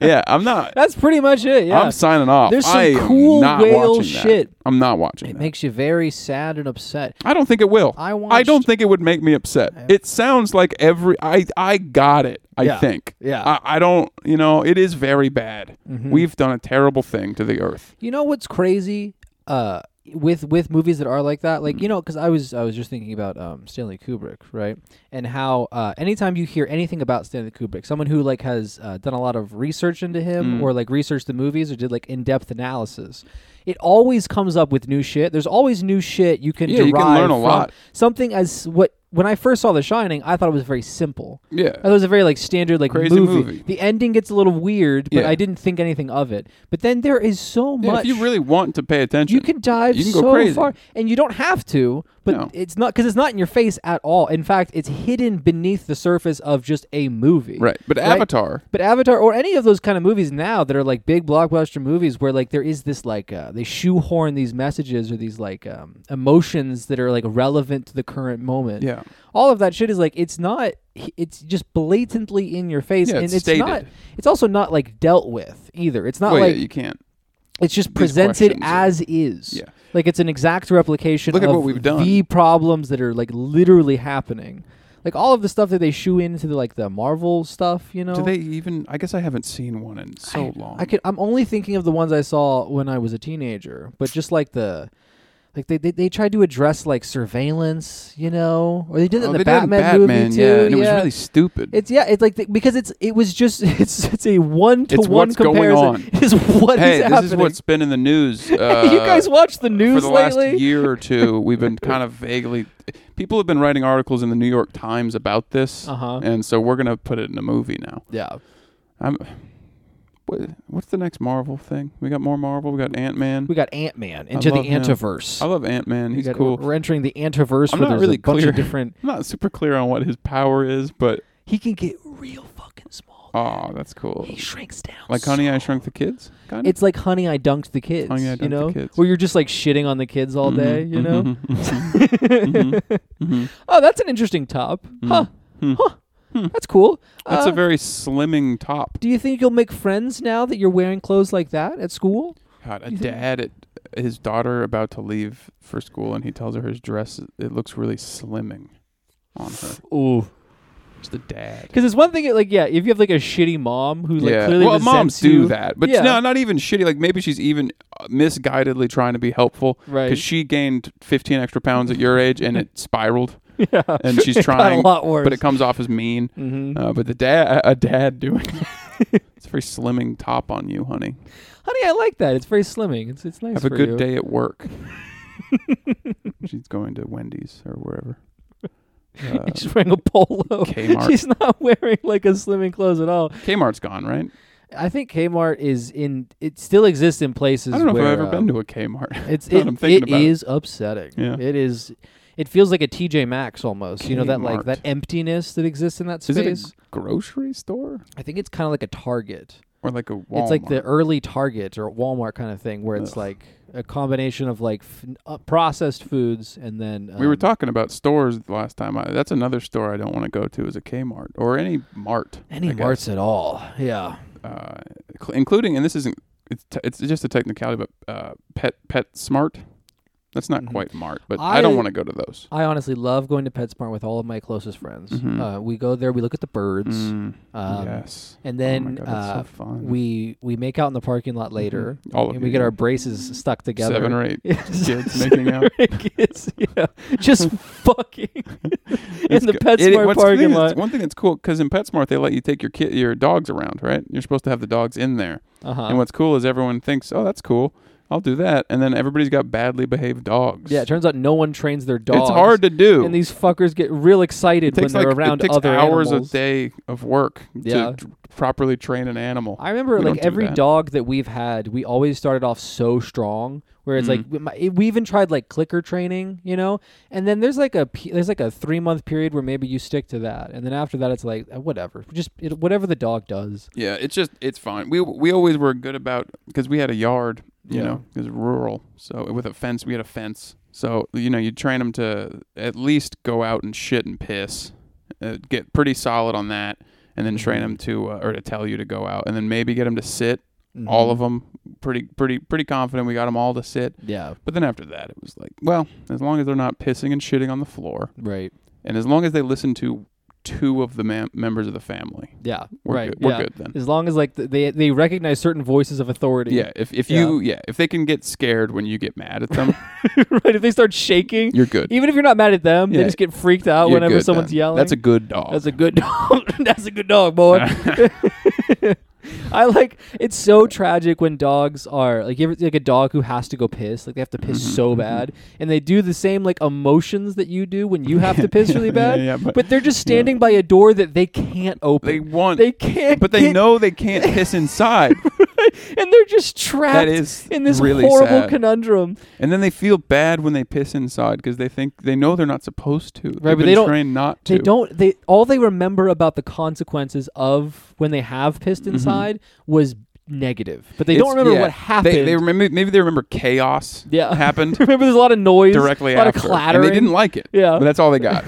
yeah, I'm not. That's pretty much it. Yeah. I'm signing off. There's some I am cool not whale watching that. shit. I'm not watching it that. makes you very sad and upset. I don't think it will. I watched. I don't think it would make me upset. Yeah. It sounds like every I I got it. I Yeah. think. Yeah. I, I don't. You know, it is very bad. Mhm. We've done a terrible thing to the earth. You know what's crazy? Uh, with with movies that are like that, Mm-hmm. like you know, because I was I was just thinking about um, Stanley Kubrick, right? And how uh, anytime you hear anything about Stanley Kubrick, someone who like has uh, done a lot of research into Mm. him or like researched the movies or did like in depth analysis, it always comes up with new shit. There's always new shit you can Yeah, you can derive learn a from lot. Something as what when I first saw The Shining, I thought it was very simple. Yeah. That was a very like standard like Crazy movie. The ending gets a little weird, but Yeah. I didn't think anything of it. But then there is so Yeah, much. if you really want to pay attention, You can dive You can go so crazy. far, and you don't have to. But No. it's not because it's not in your face at all. In fact, it's hidden beneath the surface of just a movie. Right. But Right? Avatar, But Avatar or any of those kind of movies now that are like big blockbuster movies where like there is this like uh, they shoehorn these messages or these like um, emotions that are like relevant to the current moment. yeah. All of that shit is like it's not it's just blatantly in your face Yeah, and it's it's stated. not it's also not like dealt with either. It's not Well, like yeah, you can't. it's just presented questions are- as is. Yeah. Like it's an exact replication Look of at what we've done. the problems that are like literally happening. Like all of the stuff that they shoe into the, like the Marvel stuff, you know. Do they even? I guess I haven't seen one in so long. I could. I'm only thinking of the ones I saw when I was a teenager. But just like the, like they they, they tried to address like surveillance, you know, or they did it Oh, in the they did it in Batman, Batman, movie too. yeah, and it was yeah. really stupid. It's yeah. It's like the, because it's it was just it's it's a one to It's one what's going comparison. Is what hey, is this happening. is what's been in the news. Uh, you guys watch the news for the lately? last year or two, we've been kind of vaguely. People have been writing articles in the New York Times about this, Uh-huh. and so we're gonna put it in a movie now. Yeah. I'm. What, what's the next Marvel thing? We got more Marvel. We got Ant Man. We got Ant Man into the love him. Antiverse. I love Ant Man. We He's got- cool. We're entering the Antiverse I'm where not there's really a bunch clear. of different. I'm not super clear on what his power is, but He can get real fucking small. oh, that's cool. He shrinks down. Like so Honey, I Shrunk the Kids. Kind It's like Honey, I Dunked the Kids. Honey, I Dunked you the know, Kids. where you're just like shitting on the kids Mm-hmm. all day. You know. Mhm. Oh, that's an interesting top. Huh. Huh. That's cool. Mm-hmm, hmm. That's Uh, a very slimming top. do you think you'll make friends now that you're wearing clothes like that at school? God, a you think- dad, at, his daughter about to leave for school, and he tells her his dress it looks really slimming on her. Ooh, Just a dad. because it's one thing. Like, yeah, if you have like a shitty mom who like yeah. clearly well, resents moms you, do that, but Yeah. no, not even shitty. Like maybe she's even uh, misguidedly trying to be helpful because Right. she gained 15 extra pounds at your age, and it spiraled, Yeah. and she's It got trying, a lot worse. but it comes off as mean. hmm Uh, but the dad, a dad doing it's a very slimming top on you, honey. Honey, I like that. It's very slimming. It's it's nice. Have a for good you. day at work. She's going to Wendy's or wherever. Uh, She's wearing a polo. Kmart. She's not wearing like a slimming clothes at all. Kmart's gone, right? I think Kmart is in. It still exists in places. I don't know where, if I've ever uh, been to a Kmart. It's now it, that I'm thinking it about it. is upsetting. Yeah. It is. It feels like a TJ Maxx almost. You know that like Kmart. that emptiness that exists in that Is it a space. g- grocery store I think it's kind of like a Target. or like a Walmart? It's like the early Target or Walmart kind of thing where it's Ugh. like a combination of like f- uh, processed foods and then we were um, talking about stores the last time. I, that's another store I don't want to go to is a Kmart or any mart. any I guess. marts at all. Yeah. uh, cl- including and this isn't it's, t- it's just a technicality, but uh, pet pet smart. That's not Mhm. quite mart, but I, don't I- want to go to those. I honestly love going to PetSmart with all of my closest friends. Mhm. Uh, we go there, we look at the birds, Mm, um, yes. and oh my then God, that's uh, so fun. we we make out in the parking lot later, Mhm. All of and you we get do. our braces stuck together. seven or eight. Yes. kids making out. Kids, yeah, just fucking in the It's go- it- PetSmart what's the parking thing that's- lot. One thing that's cool because in PetSmart they let you take your kid, your dogs around, right? You're supposed to have the dogs in there. Uh-huh. and what's cool is everyone thinks, "Oh, that's cool. I'll do that," and then everybody's got badly behaved dogs. yeah, it turns out no one trains their dogs. it's hard to do. and these fuckers get real it excited when takes they're like around it takes other hours animals. a day of work Yeah. to tr- properly train an animal. I remember We like don't do every that. dog that we've had, we always started off so strong. Where it's Mm. like we- my- we even tried like clicker training, you know, and then there's like a pe- there's like a three month period where maybe you stick to that, and then after that it's like uh, whatever, just it, whatever the dog does. Yeah, it's just it's fine. We we always were good about because we had a yard, you Yeah. know, it was rural, so with a fence, we had a fence. So you know, you train them to at least go out and shit and piss, uh, get pretty solid on that, and then train Mm-hmm. them to uh, or to tell you to go out, and then maybe get them to sit. Mm-hmm. All of them, pretty pretty pretty confident. We got them all to sit. yeah, But then after that, it was like, well, as long as they're not pissing and shitting on the floor, right, and as long as they listen to two of the mem- members of the family, yeah, we're right, good. We're yeah. good then. As long as like th- they they recognize certain voices of authority. Yeah, if if you yeah, if they can get scared when you get mad at them, right. If they start shaking, you're good. even if you're not mad at them, they Yeah. just get freaked out You're Uh, whenever good someone's then. yelling. That's a good dog. That's a good dog. That's a good dog, boy. I like it's so tragic when dogs are like you ever like a dog who has to go piss, like they have to piss Mm-hmm, so bad, and they do the same like emotions that you do when you have to piss really Yeah, bad. yeah, but- they're just standing by a door that they can't open. they want They can't. but they get- know they can't piss inside. and they're just trapped is in this really horrible sad. conundrum. And then they feel bad when they piss inside because they think they know they're not supposed to. Right, but they don't- trained not to. They don't. They all they remember about the consequences of when they have pissed inside was negative, but they Mm-hmm. It's- don't remember yeah. what happened. They, they remember maybe they remember chaos. Yeah. happened remember there's a lot of noise directly a lot after, of clattering. and they didn't like it. Yeah. but that's all they got.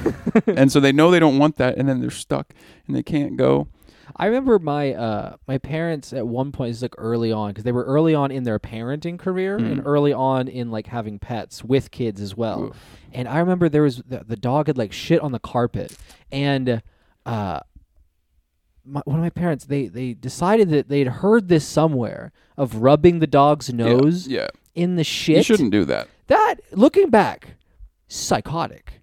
and so they know they don't want that, and then they're stuck and they can't go. I remember my uh, my parents at one point, this is like early on, because they were early on in their parenting career Mm-hmm. and early on in like having pets with kids as well. And I remember there was the, the dog had like shit on the carpet, and uh, my, one of my parents they they decided that they'd heard this somewhere of rubbing the dog's Yeah. nose Yeah, in the shit. you shouldn't do that. That looking back, psychotic.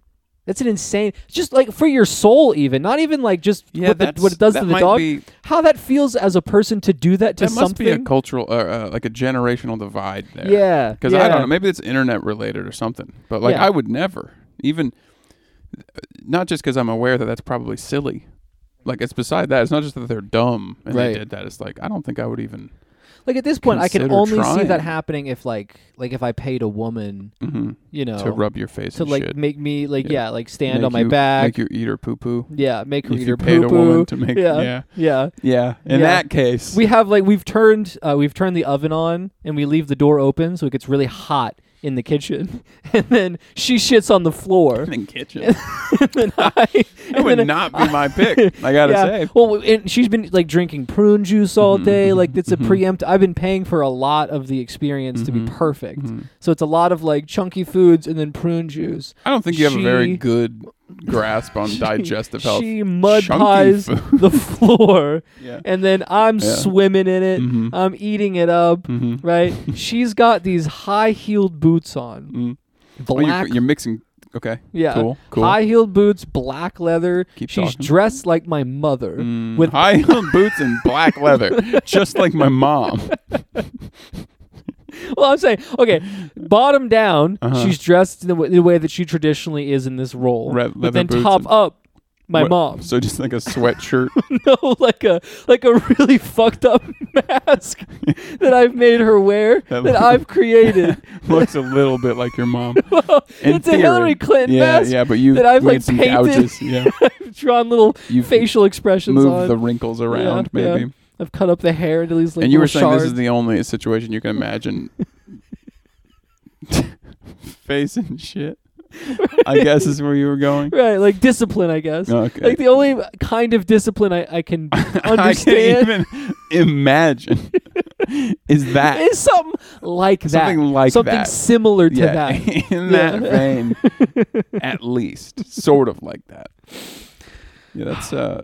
That's an insane. Just like for your soul, even not even like just Yeah, what, the, that's- what it does that to the might dog. be- how that feels as a person to do that to That must something. be a cultural, uh, uh, like a generational divide there. Yeah, because yeah. I don't know. Maybe it's internet related or something. But like, Yeah. I would never even. Not just because I'm aware that that's probably silly. Like it's beside that. It's not just that they're dumb and Right. they did that. It's like I don't think I would even. like at this point, I can Consider only see that trying. happening if like like if I paid a woman, Mhm. you know, to rub your face to, and like shit. make me like yeah, Yeah. like stand Make on my you- back. Make you eat or poo poo. yeah, make her if eat you her paid a woman poo-poo. to make- yeah, yeah. yeah. Yeah. In Yeah. that case, We have like we've turned uh, we've turned the oven on and we leave the door open so it gets really hot in the kitchen, and then she shits on the floor. in kitchen. and then I, That and would then- not be my pick. I gotta say. Mm-hmm, Well, and she's been like drinking prune juice all day. Like it's a preempt. I've been paying for a lot of the experience to Mm-hmm, be perfect. So it's a lot of like chunky foods and then prune juice. I don't think you have a She- very good grasp on digestive health. She mud Chunky pies food. the floor, Yeah. and then I'm Yeah. swimming in it. Mhm. I'm eating it up. Mhm. Right? she's got these high-heeled boots on, Mm. Oh, black. you're, you're mixing. Okay. yeah, Cool. Cool. high-heeled boots, black leather. Keep she's talking. dressed like my mother. Mm, with- high heeled boots and black leather, just like my mom. Well, I'm saying, okay, bottom down, Uh-huh. she's dressed in the, w- the way that she traditionally is in this role. Red but leather then boots top and- up, my What- mom. So just like a sweatshirt. no, like a like a really fucked up mask that I've made her wear that, That look- I've created. Looks a little bit like your mom. In it's a Hillary theory. Clinton yeah, mask yeah, but you that I've made like some painted. gouges. Yeah. I've drawn little You've facial expressions moved on. the wrinkles around, yeah. maybe. I've cut up the hair into these like and you were little saying shards. this is the only situation you can imagine face and shit i guess is where you were going right, like discipline, I guess. okay Like the only kind of discipline I, I can i understand can't even imagine is that is something like that. Something like something that. similar to yeah that. in Yeah. that vein at least sort of like that yeah that's uh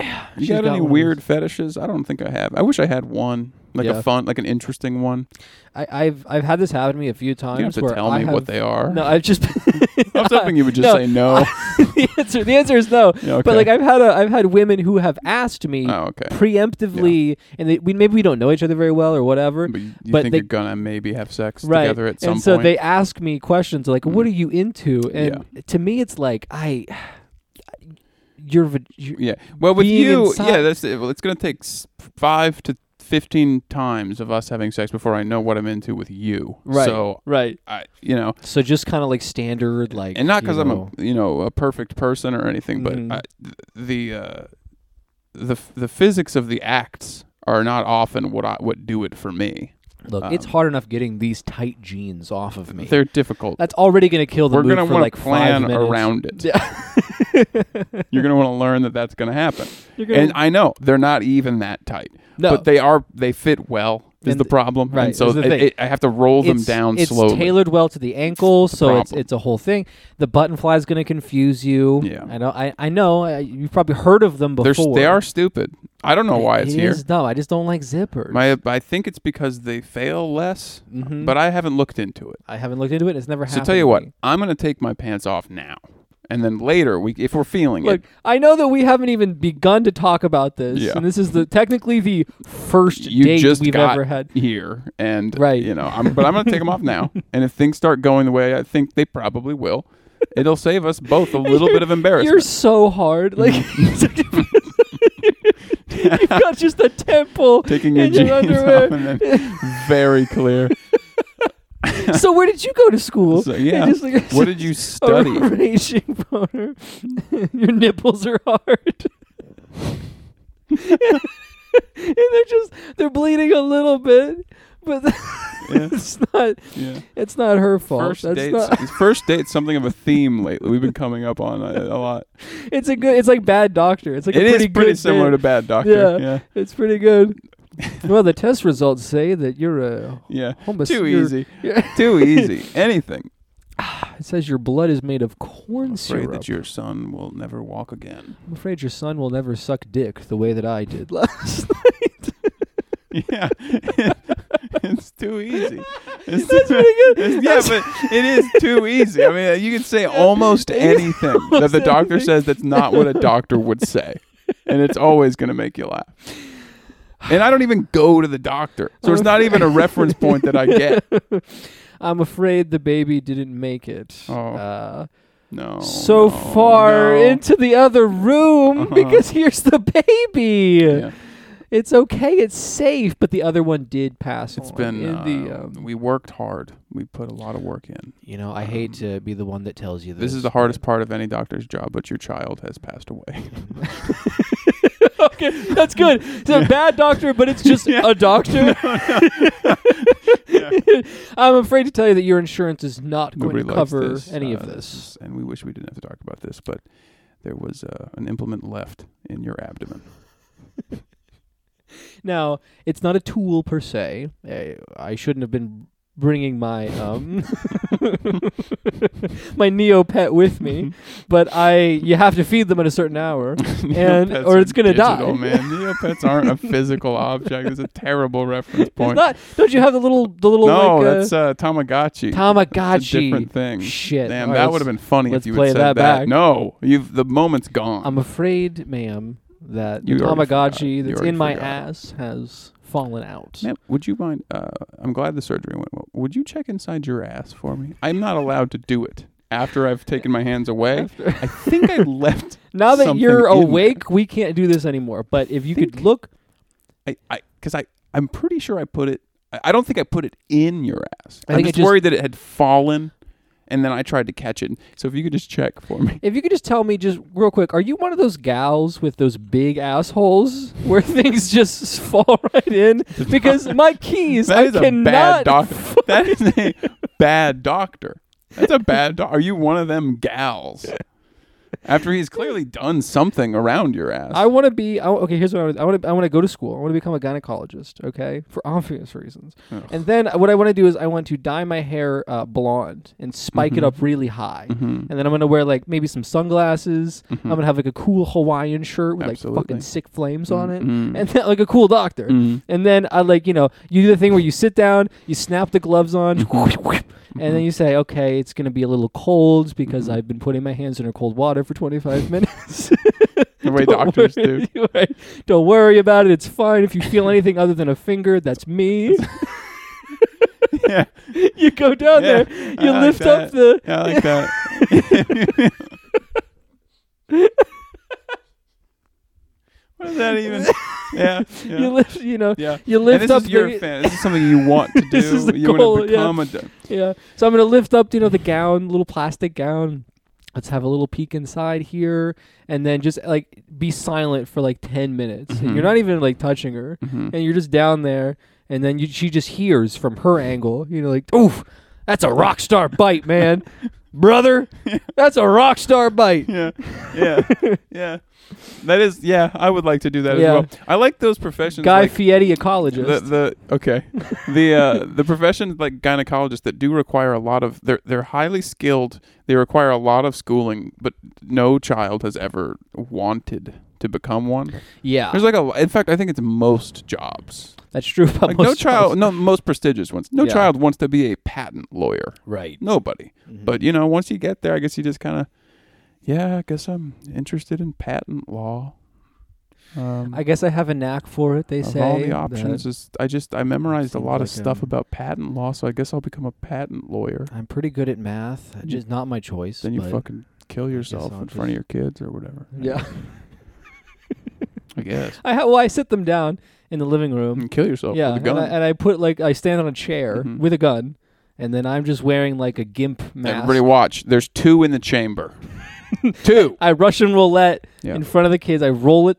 you She's got, got any one of weird fetishes i don't think i have i wish i had one like Yeah. a fun like an interesting one I, I've I've had this happen to me a few you times. don't have to where tell I me have, what they are No, I've just. i was hoping you would just No. say no the answer the answer is no. Yeah, okay. But like I've had a, I've had women who have asked me oh okay preemptively, and they, we maybe we don't know each other very well or whatever. But you, you but think they- you're gonna maybe have sex Right, together at some and so point? Mm. they ask me questions like, "What are you into?" And to me, it's like I, you're, va- you yeah. Well, with being you, inside- yeah, that's it. Well, it's gonna take s- five to fifteen times of us having sex before I know what I'm into with you. right, So right. I, you know, So just kind of like standard, like, and not because you I'm know. a you know a perfect person or anything, but Mhm. I, th- the uh, the f- the physics of the acts are not often what I what do it for me. Look, it's Um, hard enough getting these tight jeans off of me. They're difficult. That's already going to kill the We're mood gonna for want like to five plan minutes. around it. Yeah. You're gonna want to learn that that's gonna happen. You're gonna- And I know they're not even that tight. No. But they are they fit well is And the th- problem. right, And so is the it- thing. it- I have to roll them it's, down it's slowly. tailored well to the ankle, so it's problem. it's a whole thing. The button fly is going to confuse you. Yeah. I know. I, I know. I, you've probably heard of them They're s- before. they are stupid. I don't know why it's It here. is dumb. I just don't like zippers. My I think it's because they fail less, Mhm. but I haven't looked into it. I haven't looked into it. It's never So happened. tell you to what, me. I'm gonna take my pants off now, and then later we if we're feeling Look, it. I know that we haven't even begun to talk about this, Yeah. and this is the technically the first You date just we've got ever had. here, and Right. you know, I'm, but I'm gonna take them off now. And if things start going the way I think they probably will, it'll save us both a little bit of You're Mm-hmm. embarrassment. so hard. Like You've got just a temple. Taking your In your jeans underwear. off and then very clear. so where did you go to school? So, And yeah. just Oh, like- What did you a study? raging boner. Your nipples are hard. and they're just they're bleeding a little bit, but Yeah. it's not Yeah. it's not her fault. First That's dates. not, First dates. Something of a theme lately. We've been coming up on it a lot. it's a good it's like bad doctor. It's like it a is pretty pretty, good similar bit. to Bad Doctor. Yeah. Yeah. It's pretty good. well, the test results say that you're a Yeah. homosexual. Too easy. Yeah. Too easy. Anything. It says your blood is made of corn I'm afraid syrup. that your son will never walk again. I'm afraid your son will never suck dick the way that I did last yeah. it's too easy. It's That's too- pretty good. it's- yeah, but it is too easy. I mean, you can say almost anything that almost the doctor anything. says that's not what a doctor would say. And it's always going to make you laugh. And I don't even go to the doctor. So it's not even a reference point that I get. I'm afraid the baby didn't make it. Oh. Uh, No. so no, far no. into the other room Uh-huh. because here's the baby. Yeah. It's okay, it's safe, but the other one did pass. It's on been Oh, in the uh, um, we worked hard. We put a lot of work in. you know. I hate to be the one that tells you this. This is the hardest part of any doctor's job, but your child has passed away. okay, that's good. It's a bad doctor, but it's just a doctor. I'm afraid to tell you that your insurance is not going Nobody to likes cover this. any of Uh, this. is- and we wish we didn't have to talk about this, but there was uh, an implement left in your abdomen. Now, it's not a tool per se. I, I shouldn't have been bringing my um my Neopet with me, but I you have to feed them at a certain hour. And- Neopets or are it's gonna die. digital, Man, Neopets aren't a physical object. It's a terrible reference It's point. not, don't you have the little the little no, like uh, that's uh, Tamagotchi. It's a Tamagotchi? different thing. Shit. Damn, All right, that let's- would have been funny let's if you play had said that that. back. No, you've the moment's gone. I'm afraid, ma'am, that the You already Tamagotchi forgot. You that's already in my forgot. ass has fallen out. Ma'am, would you mind? Uh, I'm glad the surgery went well. Would you check inside your ass for me? I'm not allowed to do it after I've taken my hands away. I think I left. Now that something you're in there. awake, we can't do this anymore. But if you could Think- look I, I, because I, I'm pretty sure I put it. I, I don't think I put it in your ass. I I am think it just, just- worried that it had fallen, and then I tried to catch it. So if you could just check for me. If you could just tell me, just real quick, are you one of those gals with those big assholes where things just fall right in? Because my keys, That I is a cannot. bad doctor. That is a bad doctor. That's a bad doctor. Are you one of them gals? After he's clearly done something around your ass. I want to be. I, okay, here's what I want. I want to. I want to go to school. I want to become a gynecologist. Okay, for obvious reasons. Ugh. And then uh, what I want to do is I want to dye my hair uh, blonde and spike it Mhm. up really high. Mhm. And then I'm gonna wear like maybe some sunglasses. Mhm. I'm gonna have like a cool Hawaiian shirt with like fucking Absolutely. sick flames on it, Mhm. and then, like a cool doctor. Mhm. And then I like, you know, you do the thing where you sit down, you snap the gloves on, and then you say, okay, it's going to be a little cold because Mm-hmm. I've been putting my hands under cold water for 25 minutes. the way Don't doctors worry- do. right. Don't worry about it. It's fine. If you feel anything other than a finger, that's me. Yeah, you go down Yeah, there, I you like lift up that. the. yeah, I like that. what is that even? Yeah, yeah. You lift, you know, yeah. you And lift this up is your the, fan. This is something you want to do. This is the you goal, want to become a. Do- Yeah. So I'm gonna lift up, you know, the gown, little plastic gown. Let's have a little peek inside here, and then just like be silent for like ten minutes. And You're Mhm. not even like touching her, Mhm. and you're just down there, and then you, she just hears from her angle. You know, like, oof, that's a rock star bite, man, brother. That's a rock star bite. yeah, yeah, yeah. That is, yeah. I would like to do that Yeah. as well. I like those professions. Guy like Fieri, ecologist. the, the okay, the uh, the professions like gynecologists that do require a lot of they're they're highly skilled. They require a lot of schooling, but no child has ever wanted to become one. yeah, There's like a in fact, I think it's most jobs. that's true. About Like most no child, jobs. no most prestigious ones. No Yeah. child wants to be a patent lawyer. right? Nobody. Mhm. But you know, once you get there, I guess you just kind of, yeah, I guess I'm interested in patent law. Um, I guess I have a knack for it. They of say all the that- options is I just I memorized a seems lot like, of stuff um, about patent law, so I guess I'll become a patent lawyer. I'm pretty good at math. Then you- Just not my choice. Then you but- fucking kill guess yourself I'll in front of just- your kids or whatever. Yeah. I guess. I ha- well, I sit them down in the living room. And kill yourself yeah, Mm, with a and gun. I, and I put like I stand on a chair Mhm. with a gun, and then I'm just wearing like a gimp mask. Everybody watch. There's two in the chamber. two. I Russian roulette Yeah. in front of the kids. I roll it,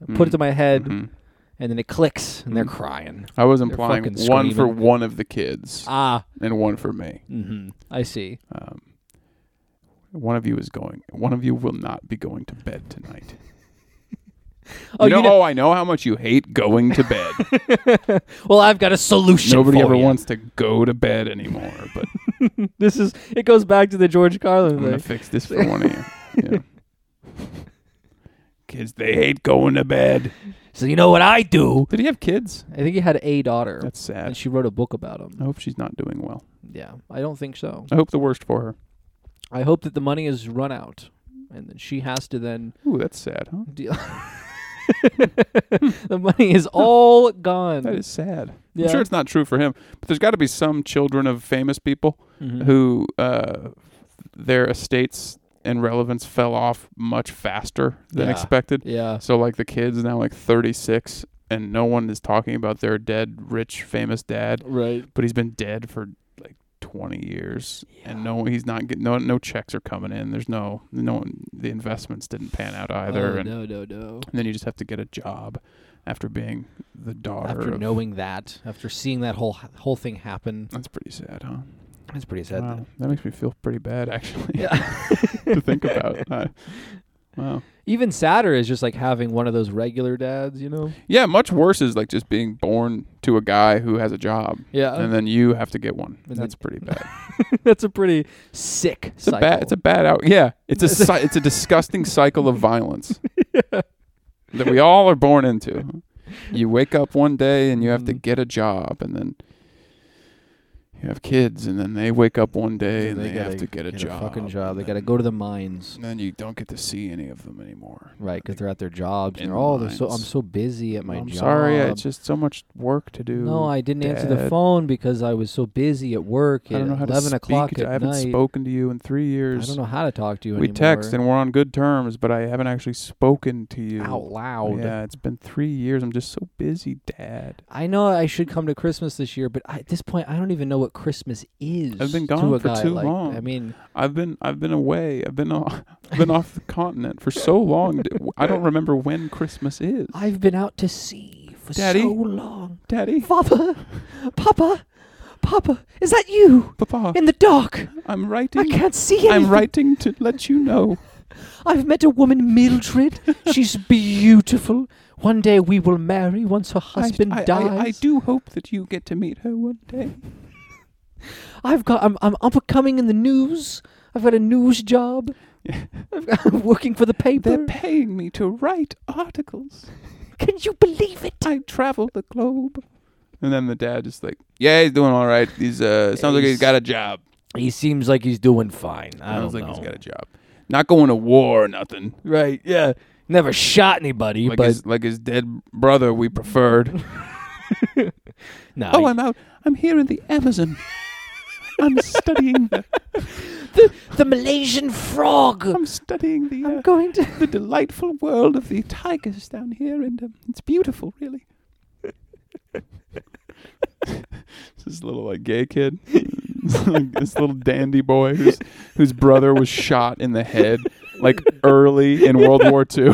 I put Mhm. it to my head, Mhm. and then it clicks, and Mm-hmm. they're crying. I was They're implying one fucking for screaming. one of the kids Ah, and one for me. mm-hmm. I see. Um, one of you is going. One of you will not be going to bed tonight. Oh, you know, you know- oh, I know how much you hate going to bed. well, I've got a solution. Nobody for ever you. wants to go to bed anymore, but This is it. Goes back to the George Carlin I'm going to thing. fix this for one of you. Yeah. Kids, they hate going to bed. So you know what I do? Did he have kids? I think he had a daughter, That's Oh. and sad. she wrote a book about him. I hope she's not doing well. Yeah, I don't think so. I hope the worst for her. I hope that the money is run out, and then she has to then Ooh, that's sad, huh? deal. the money is all gone. That is sad. yeah. I'm sure it's not true for him, but there's got to be some children of famous people Mhm. who uh, their estates and relevance fell off much faster than Yeah. expected. Yeah. So, like the kids now, like 36, and no one is talking about their dead, rich, famous dad, Right. but he's been dead for like 20 years, and Yeah. no, he's not getting no, no checks are coming in. There's no, no, one- the investments didn't pan out either, Oh, and, no, no, no. then you just have to get a job after being the daughter. After of, knowing that, after seeing that whole whole thing happen, That's pretty sad, huh? it's pretty sad. Wow. That makes me feel pretty bad, actually, Yeah. to think about. Uh, wow. Even sadder is just like having one of those regular dads, you know? Yeah, much worse is like just being born to a guy who has a job, Yeah. and then you have to get one. Oh. And That's pretty bad. That's a pretty sick It's a bad. It's a bad out. Yeah, it's a si- it's a disgusting cycle of violence that we all are born into. You wake up one day and you have to Mhm. get a job, and then you have kids, and then they wake up one day and they, have to get a job. fucking job. and They then- got to go to the mines. And then you don't get to see any of them anymore. Right, because they're at their jobs In and they're the all they're so I'm mines. so busy at my I'm job. sorry, it's just so much work to do. no, I didn't answer the Dad. phone because I was so busy at work I at don't know how eleven to o'clock speak. at I haven't night. spoken to you in three I years. don't know how to talk to you we anymore. text and we're on good terms, but I haven't actually spoken to you out loud. Yeah, it's been three years. I'm just so busy, Dad. I know I should come to Christmas this year, but I, at this point, I don't even know what Christmas is. I've been to gone a for guy too like- long. I mean, I've been I've been away. I've been off, I've been off the continent for so long. d- I don't remember when Christmas is. I've been out to sea for Daddy? so long. Daddy, Papa, Papa, Papa, is that you Papa, in the dark? I'm I writing. can't see anything. I'm writing to let you know. I've met a woman, Mildred. She's beautiful. One day we will marry once her I- husband I, dies. I, I do hope that you get to meet her one day. I've got. I'm. I'm up and coming in the news. I've got a news job. Yeah. I've got, I'm working for the They're paper. paying me to write articles. Can you believe it? I travel the globe. And then the dad just like, yeah, he's doing all right. He's uh, sounds like he's He's- got a job. He seems like he's doing fine. I sounds don't like know. he's got a job. Not going to war or nothing. right? Yeah. Never shot anybody, Like but his like his dead brother we preferred. no. oh, I'm out. I'm here in the Amazon. I'm studying the the, the Malaysian frog. I'm studying the I'm uh, going to. the delightful world of the tigers down here, and um, it's beautiful, really. this little like gay kid, this little dandy boy whose whose brother was shot in the head like early in World War II,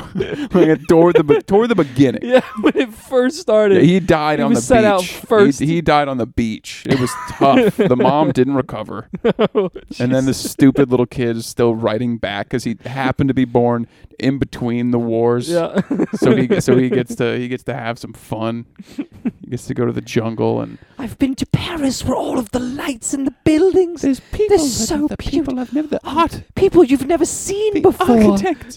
like toward the be- toward the beginning. Yeah, when it first started. Yeah, he died He on was the sent out beach. first. He, he died on the beach. It was tough. the mom didn't recover, Oh, and then this stupid little kid is still writing back because he happened to be born in between the wars. Yeah. so he so he gets to he gets to have some fun. He gets to go to the jungle and I've been to Paris where all of the lights and the buildings. there's people. They're so the cute. people I've never the art, people you've never seen the before. architects,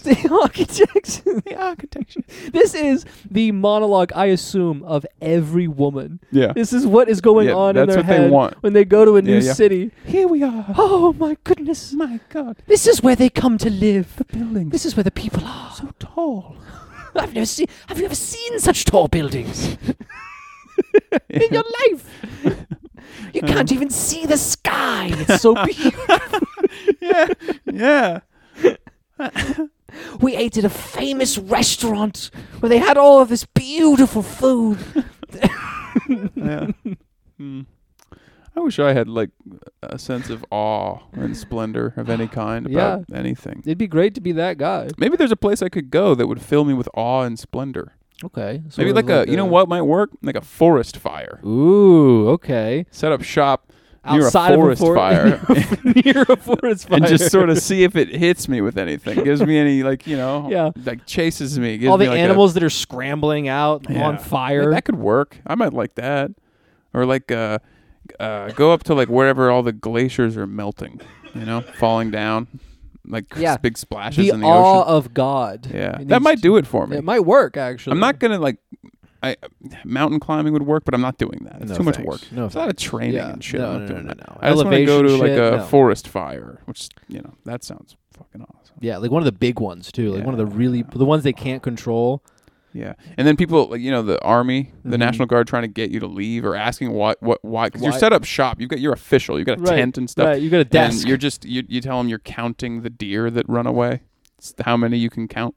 The architects. the architecture. this is the monologue, I assume, of every woman. Yeah, This is what is going Yeah, on in that's their what they head want. when they go to a new Yeah, yeah. city. here we are. Oh my goodness. My God, This is where they come to live. the buildings This is where the people are. so tall. I've never seen. Have you ever seen such tall buildings in your life? You can't even see the sky. It's so beautiful. yeah, yeah. we ate at a famous restaurant where they had all of this beautiful food. yeah. Hmm. I wish I had like a sense of awe and splendor of any kind about anything. It'd be great to be that guy. Maybe there's a place I could go that would fill me with awe and splendor. Okay. Maybe like, a, you know what might work? Like a forest fire. Ooh, okay. Set up shop Outside near of a a forest for- fire Near a forest fire. and just sort of see if it hits me with anything. Gives me any like, you know, Yeah. like chases me. Gives all me the like a- animals that are scrambling out Yeah. on fire. That could work. I might like that. Or like uh, uh, go up to like wherever all the glaciers are melting, you know, falling down, like Yeah. big splashes the in the awe ocean. of God. Yeah, It that needs might to- do it for me. It might work actually. I'm not gonna like, I mountain climbing would work, but I'm not doing that. It's No too much thanks. work. No it's a lot of training Yeah. and shit. No, I'm no, not no, doing no, that. no. I just want to go to Elevation like shit, a no. forest fire, which you know that sounds fucking awesome. Yeah, like one of the big ones too. Like one of the Yeah. really the ones they can't control. Yeah, and then people, like, you know, the army, the National Guard, trying to get you to leave or asking why, what, why? Because you're Mm-hmm. Why- set up shop. You've got your official. You've got a Right, tent and stuff. right, you've got a and desk. you're just you, you tell them you're counting the deer that run away. It's how many you can count.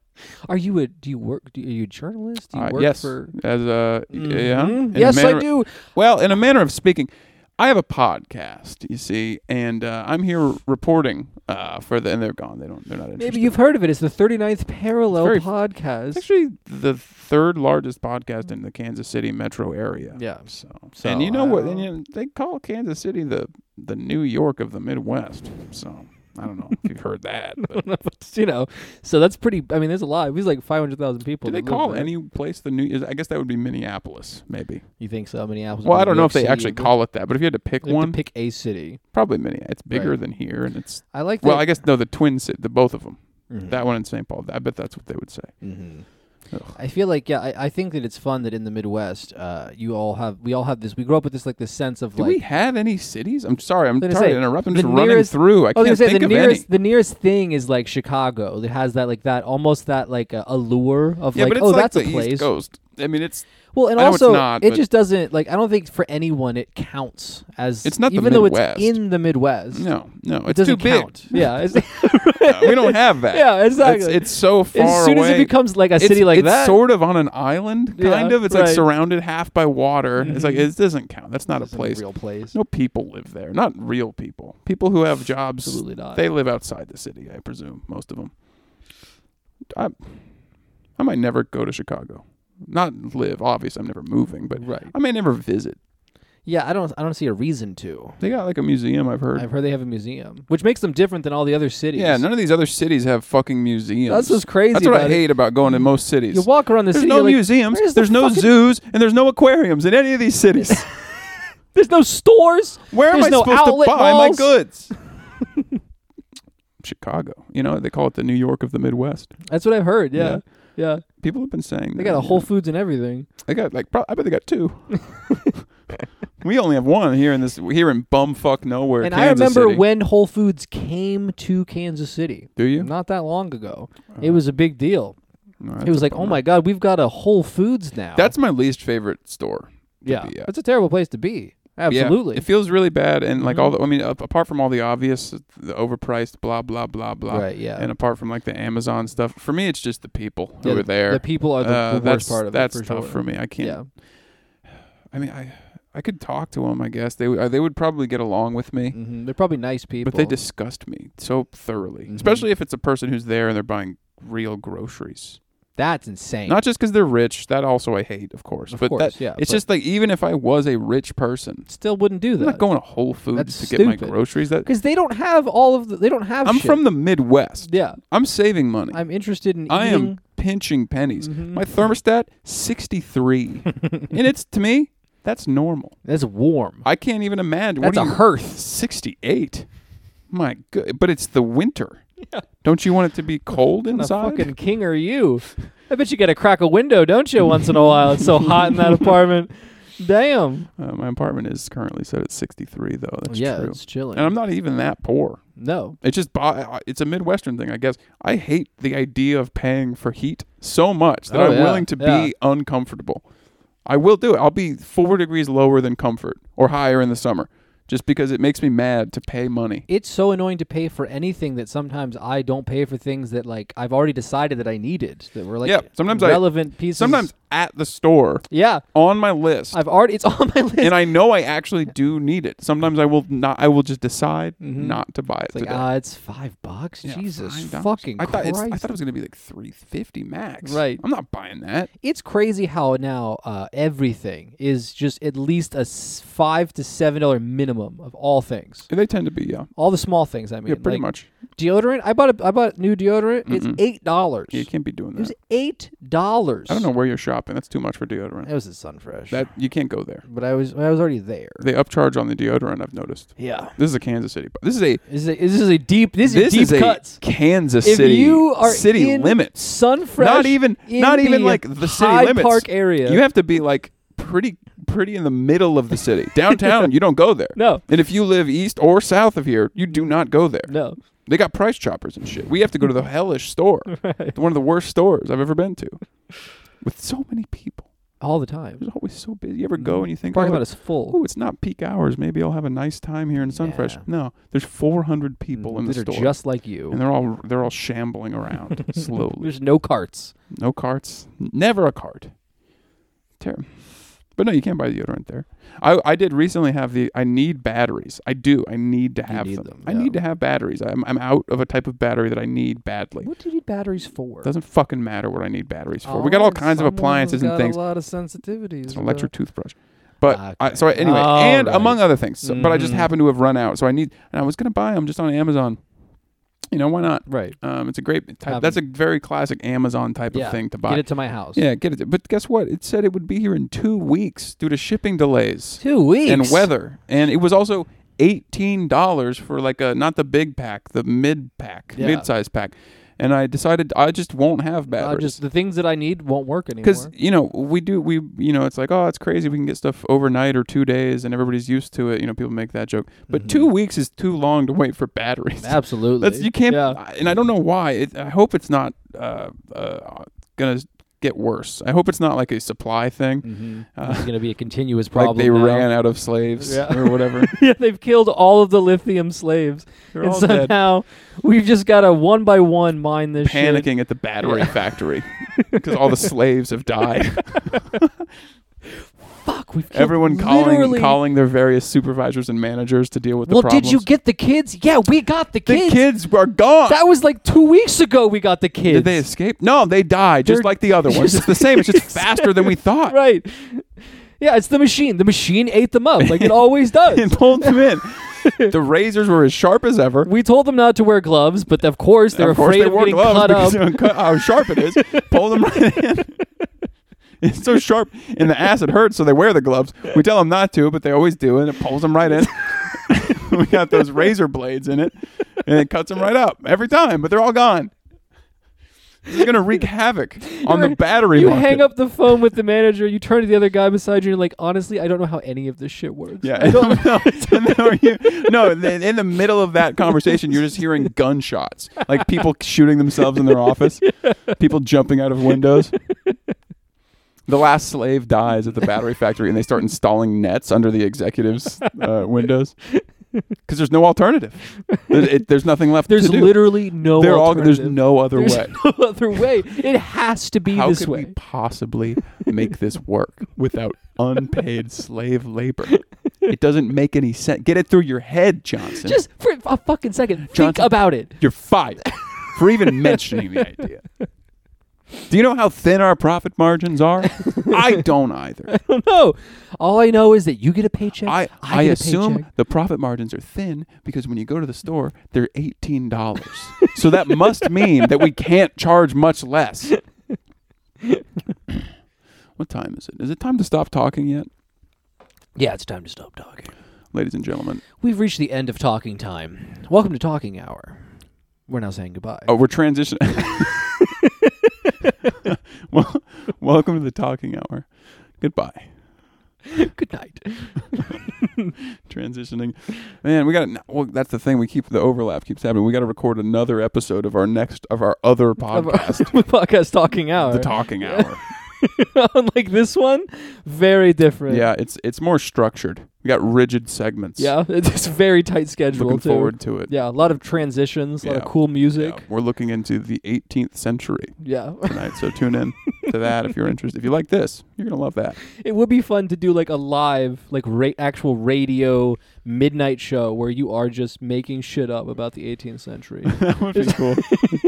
Are you a do you work do you, are you a journalist? Do you Uh, work yes, for as a y- yeah. Mhm. In a Yes, I manner- do. Well, in a manner of speaking, I have a podcast. You see, and uh, I'm here reporting uh, for the. And they're gone. They don't. They're not interested. Maybe you've heard of it. It's the 39th Parallel It's very- podcast. It's actually the third largest podcast in the Kansas City metro area. Yeah. So, So, and you know what? I And, you know, they call Kansas City the the New York of the Midwest. So I don't know if you've heard that. But you know, so that's pretty. I mean, there's a lot. It was like 500,000 people. do they that live call there. any place the New? is- I guess that would be Minneapolis, maybe. You think so? Minneapolis. would Well, be I don't New know York if they City actually would be- call it that, but if you had to pick you have to one, pick a city. probably Minneapolis. It's bigger Right. than here, and it's I like that. well, I guess no, the Twin City, the both of them, Mhm. that one in St. Paul. I bet that's what they would say. Mhm. Ugh. I feel like yeah, I, I think that it's fun that in the Midwest, uh, you all have we all have this. We grow up with this like this sense of Do like we have any cities? I'm sorry, I'm gonna sorry to say, interrupt. I'm the just running nearest- through. I Oh, they can't say think the of nearest any. the nearest thing is like Chicago that has that like that almost that like uh, allure of Yeah, like but it's oh like that's the a place. East Coast. I mean, it's Well, and I know it's also not, it but- just doesn't like I don't think for anyone it counts as It's not the even though Midwest. it's in the Midwest. no, no, it it's too doesn't big. count. Yeah, it's, No, we don't have that. Yeah, exactly. It's, it's so far as soon away. as it becomes like a it's, city like it's that, sort of on an island, kind Yeah, of. It's like right. surrounded half by water. It's like Mhm. it doesn't count. That's not it's a place. real place. No people live there. Not real people. People who have jobs. Absolutely not. They live outside the city, I presume. Most of them. I, I might never go to Chicago. Not live. Obviously, I'm never moving, but right. I may never visit. Yeah, I don't I don't see a reason to. They got like a museum. I've heard. I've heard they have a museum, which makes them different than all the other cities. Yeah, none of these other cities have fucking museums. That's what's crazy That's what I about it. hate about going to most cities. You walk around the there's city, no you're like, museums, "Where's the there's no fucking- zoos, and there's no aquariums in any of these cities. There's no stores. Where am There's I no supposed to buy outlet my malls. goods? Chicago. You know, they call it the New York of the Midwest. That's what I've heard. Yeah. Yeah, yeah. People have been saying They that, got a you Whole know. Foods and everything. They got like pro- I bet they got two. we only have one here in this here in bumfuck nowhere. and I Kansas remember City. when Whole Foods came to Kansas City. Do you? Not that long ago. It was a big deal. No, that's it was a like, oh bummer. my God, we've got a Whole Foods now. That's my least favorite store. to yeah. be at. That's a terrible place to be. Yeah, Absolutely. Mm-hmm. it feels really bad, and like all the, I mean, a- apart from all the obvious, the overpriced, blah blah blah blah, Right, yeah. and apart from like the Amazon stuff, for me it's just the people who Yeah, are there. The people are the, Uh, the that's, worst part of that's it. for tough sure. for me. I can't. Yeah. I mean, I I could talk to them. I guess they would- uh, they would probably get along with me, hmm They're probably nice people. but they disgust me so thoroughly, Mhm. especially if it's a person who's there and they're buying real groceries. That's insane. Not just because they're rich. That also I hate, of course. Of but course, that, yeah, It's but- just like even if I was a rich person, Still wouldn't do I'm not that. going to Whole Foods That's to get my stupid. groceries. That Because they don't have all of the. They don't have I'm shit. from the Midwest. Yeah. I'm saving money. I'm interested in I eating. am pinching pennies. Mhm. My thermostat 63. and it's to me that's normal. That's warm. I can't even imagine. That's what a do you, hearth. 68. My good, but it's the winter. Don't you want it to be cold What kind inside? of fucking king are you? I bet you got to crack a window, don't you, once in a while? It's so hot in that apartment. Damn. Uh, my apartment is currently set at 63 though. That's yeah, true. it's chilling. And I'm not even that poor. no. It's just bo- I- it's a Midwestern thing, I guess. I hate the idea of paying for heat so much that Oh, I'm yeah. willing to Yeah. be uncomfortable. I will do it. I'll be four degrees lower than comfort or higher in the summer just because it makes me mad to pay money. It's so annoying to pay for anything that sometimes I don't pay for things that like I've already decided that I needed that were like Yeah, sometimes I- relevant pieces. Sometimes at the store yeah, on my list, I've already it's on my list. and I know I actually do need it. Sometimes I will not. I will just decide not to buy it Mm-hmm. it's like today. ah, it's five bucks. Yeah, Jesus $5. fucking I thought it's- Christ! I thought it was gonna be like three fifty max. Right. I'm not buying that. it's crazy how now uh, everything is just at least a s- five to seven dollar minimum of all things. They tend to be yeah. All the small things. I mean, Yeah, pretty like much. deodorant. I bought a I bought new deodorant. It's eight dollars. Yeah, you can't be doing It was that. eight dollars. I don't know where you're shopping. That's too much for deodorant. It was at Sunfresh. That you can't go there. but I was I was already there. They upcharge on the deodorant. I've noticed. Yeah. This is a Kansas City. This is a This is a, this is a deep this, this is is deep a cuts. Kansas City if you are city in limits. Sunfresh, not even in not even the like the city Hyde limits. Park area. You have to be like pretty pretty in the middle of the city. Downtown, you don't go there. no, And if you live east or south of here, you do not go there. no. They got price choppers and shit. We have to go to the hellish store. One of the worst stores I've ever been to. With so many people. All the It time. was always so busy. You ever go and you think, Parking oh, lot is full. oh, it's not peak hours. Maybe I'll have a nice time here in Sunfresh. Yeah. No, there's 400 people in the that Mm-hmm. are store. just like you. and they're all they're all shambling around slowly. There's no carts. No carts. Never a cart. Terrible. But no, you can't buy deodorant there. I, I did recently have the. I need batteries. I do. I need to have need them. them, I yeah. need to have batteries. I'm I'm out of a type of battery that I need badly. What do you need batteries for? Doesn't fucking matter what I need batteries for. we got all kinds of appliances and things. Oh, A lot of sensitivities. It's an electric toothbrush. But I, Ah, Okay. so I, anyway, All and right. among other things. So, But I just Mhm. happened to have run out. So I need. And I was gonna buy them just on Amazon. You know why not? Right. Um, it's a great type. Have That's a very classic Amazon type Yeah. of thing to buy. Get it to my house. Yeah, get it. But guess what? It said it would be here in two weeks due to shipping delays Two weeks. and weather. And it was also eighteen dollars for like a not the big pack, the mid pack, Yeah. mid size pack. And I decided I just won't have I batteries Uh, just the things that I need won't work anymore. because you know we do we you know it's like oh it's crazy we can get stuff overnight or two days and everybody's used to it you know people make that joke but two weeks is too long to wait for batteries Mm-hmm. Absolutely. that's you can't Yeah. I- and i don't know why it, i hope it's not uh, uh, gonna get worse i hope it's not like a supply thing Mhm. uh, It's going to be a continuous problem. like they now. ran out of slaves Yeah. or whatever yeah, they've killed all of the lithium slaves, They're and all dead. somehow we've just got to one by one mine this shit. panicking at the battery factory because all the slaves have died Fuck, we've killed everyone calling literally- calling their various supervisors and managers to deal with Well, the problems did you get the kids? Yeah, we got the the kids. kids are gone That was like two weeks ago. We got the kids. Did they escape? No, they died just They're- like the other ones. just- It's the same. It's just faster than we thought. right. Yeah, it's the machine. The machine ate them up like it always And does. pulled them in. the razors were as sharp as ever. We told them not to wear gloves, but of course they're of course, afraid they of wore getting gloves cut because up. they don't cut how sharp it is. Pull them right in. It's so sharp in the ass it hurts, so they wear the gloves. We tell them not to, but they always do, and it pulls them right in. we got those razor blades in it, and it cuts them right up every time. But they're all gone. This is gonna wreak havoc on the You're- battery. You market. hang up the phone with the manager. You turn to the other guy beside you. and You're like, honestly, I don't know how any of this shit works. Yeah, I don't. no, and then are you- no, then in the middle of that conversation, you're just hearing gunshots, like people shooting themselves in their office, people jumping out of windows. The last slave dies at the battery factory, and they start installing nets under the executives' uh, windows because there's no alternative. There's, it, there's nothing left There's to do. literally no. They're all, there's alternative. no other There's way. no other way. It has to be How this could way. we possibly make this work without unpaid slave labor? It doesn't make any sense. Get it through your head, Johnson. Just for a fucking second, think Johnson- about it. You're fired for even mentioning the idea. Do you know how thin our profit margins are? I don't either. don't know. All I know is that you get a paycheck. I, I, I get a assume paycheck. the profit margins are thin because when you go to the store, they're $18. so that must mean that we can't charge much less. what time is it? Is it time to stop talking yet? Yeah, it's time to stop talking. Ladies and gentlemen, We've reached the end of talking time. Welcome to Talking Hour. We're now saying goodbye. oh, we're transitioning. well, welcome to the talking hour. Goodbye. Good night. transitioning. Man, we got to well that's the thing we keep the overlap keeps happening. We got to record another episode of our next of our other Of our- podcast, podcast Talking Hour. The Talking Hour. Unlike this one, very different. Yeah, it's it's more structured. We got rigid segments. Yeah, it's a very tight schedule. Looking too. forward to it. Yeah, a lot of transitions, a lot Yeah. of cool Yeah, music. We're looking into the 18th century Yeah. tonight, so tune in to that if you're interested. If you like this, you're gonna love that. it would be fun to do like a live, like ra- actual radio midnight show where you are just making shit up about the 18th century. that would be cool.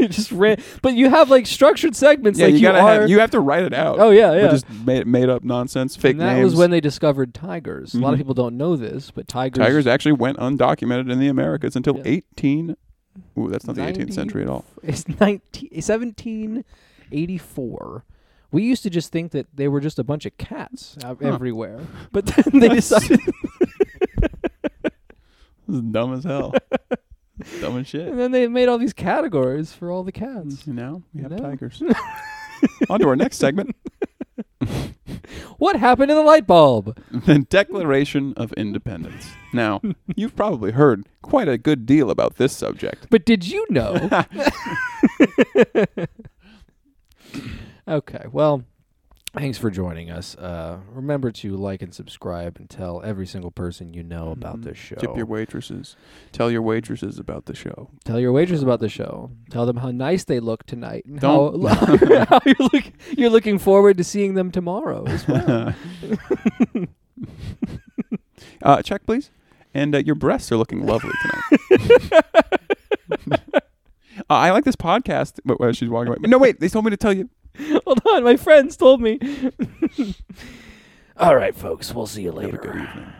just ran, but you have like structured segments. yeah, like you, gotta are, have you have to write it out. Oh yeah, We yeah. just made, made up nonsense, fake and that names. was when they discovered tigers. A lot Mhm. of people don't know this, but tigers. Tigers actually went undocumented in the Americas until Yeah. 18. Ooh, that's not the 18th century at all. It's 19, 1784. We used to just think that they were just a bunch of cats out everywhere, but then they That's- decided This is dumb as hell. dumb as shit. And then they made all these categories for all the cats. You know, we have No. tigers. On to our next segment What happened to the light bulb? the Declaration of Independence. Now, you've probably heard quite a good deal about this subject. But did you know? okay, well, thanks for joining us. Uh, remember to like and subscribe and tell every single person you know Oh, about Mhm. this show. Tip your waitresses. Tell your waitresses about the show. tell your waitress about the show. Tell them how nice they look tonight and Don't- how, how you're, look, you're looking forward to seeing them tomorrow as well. Uh, check, please. And uh, your breasts are looking lovely tonight. uh, I like this podcast. But, uh, she's walking away. No, wait. They told me to tell you. Hold on, my friends told me. all right, folks, we'll see you Have a later. good evening.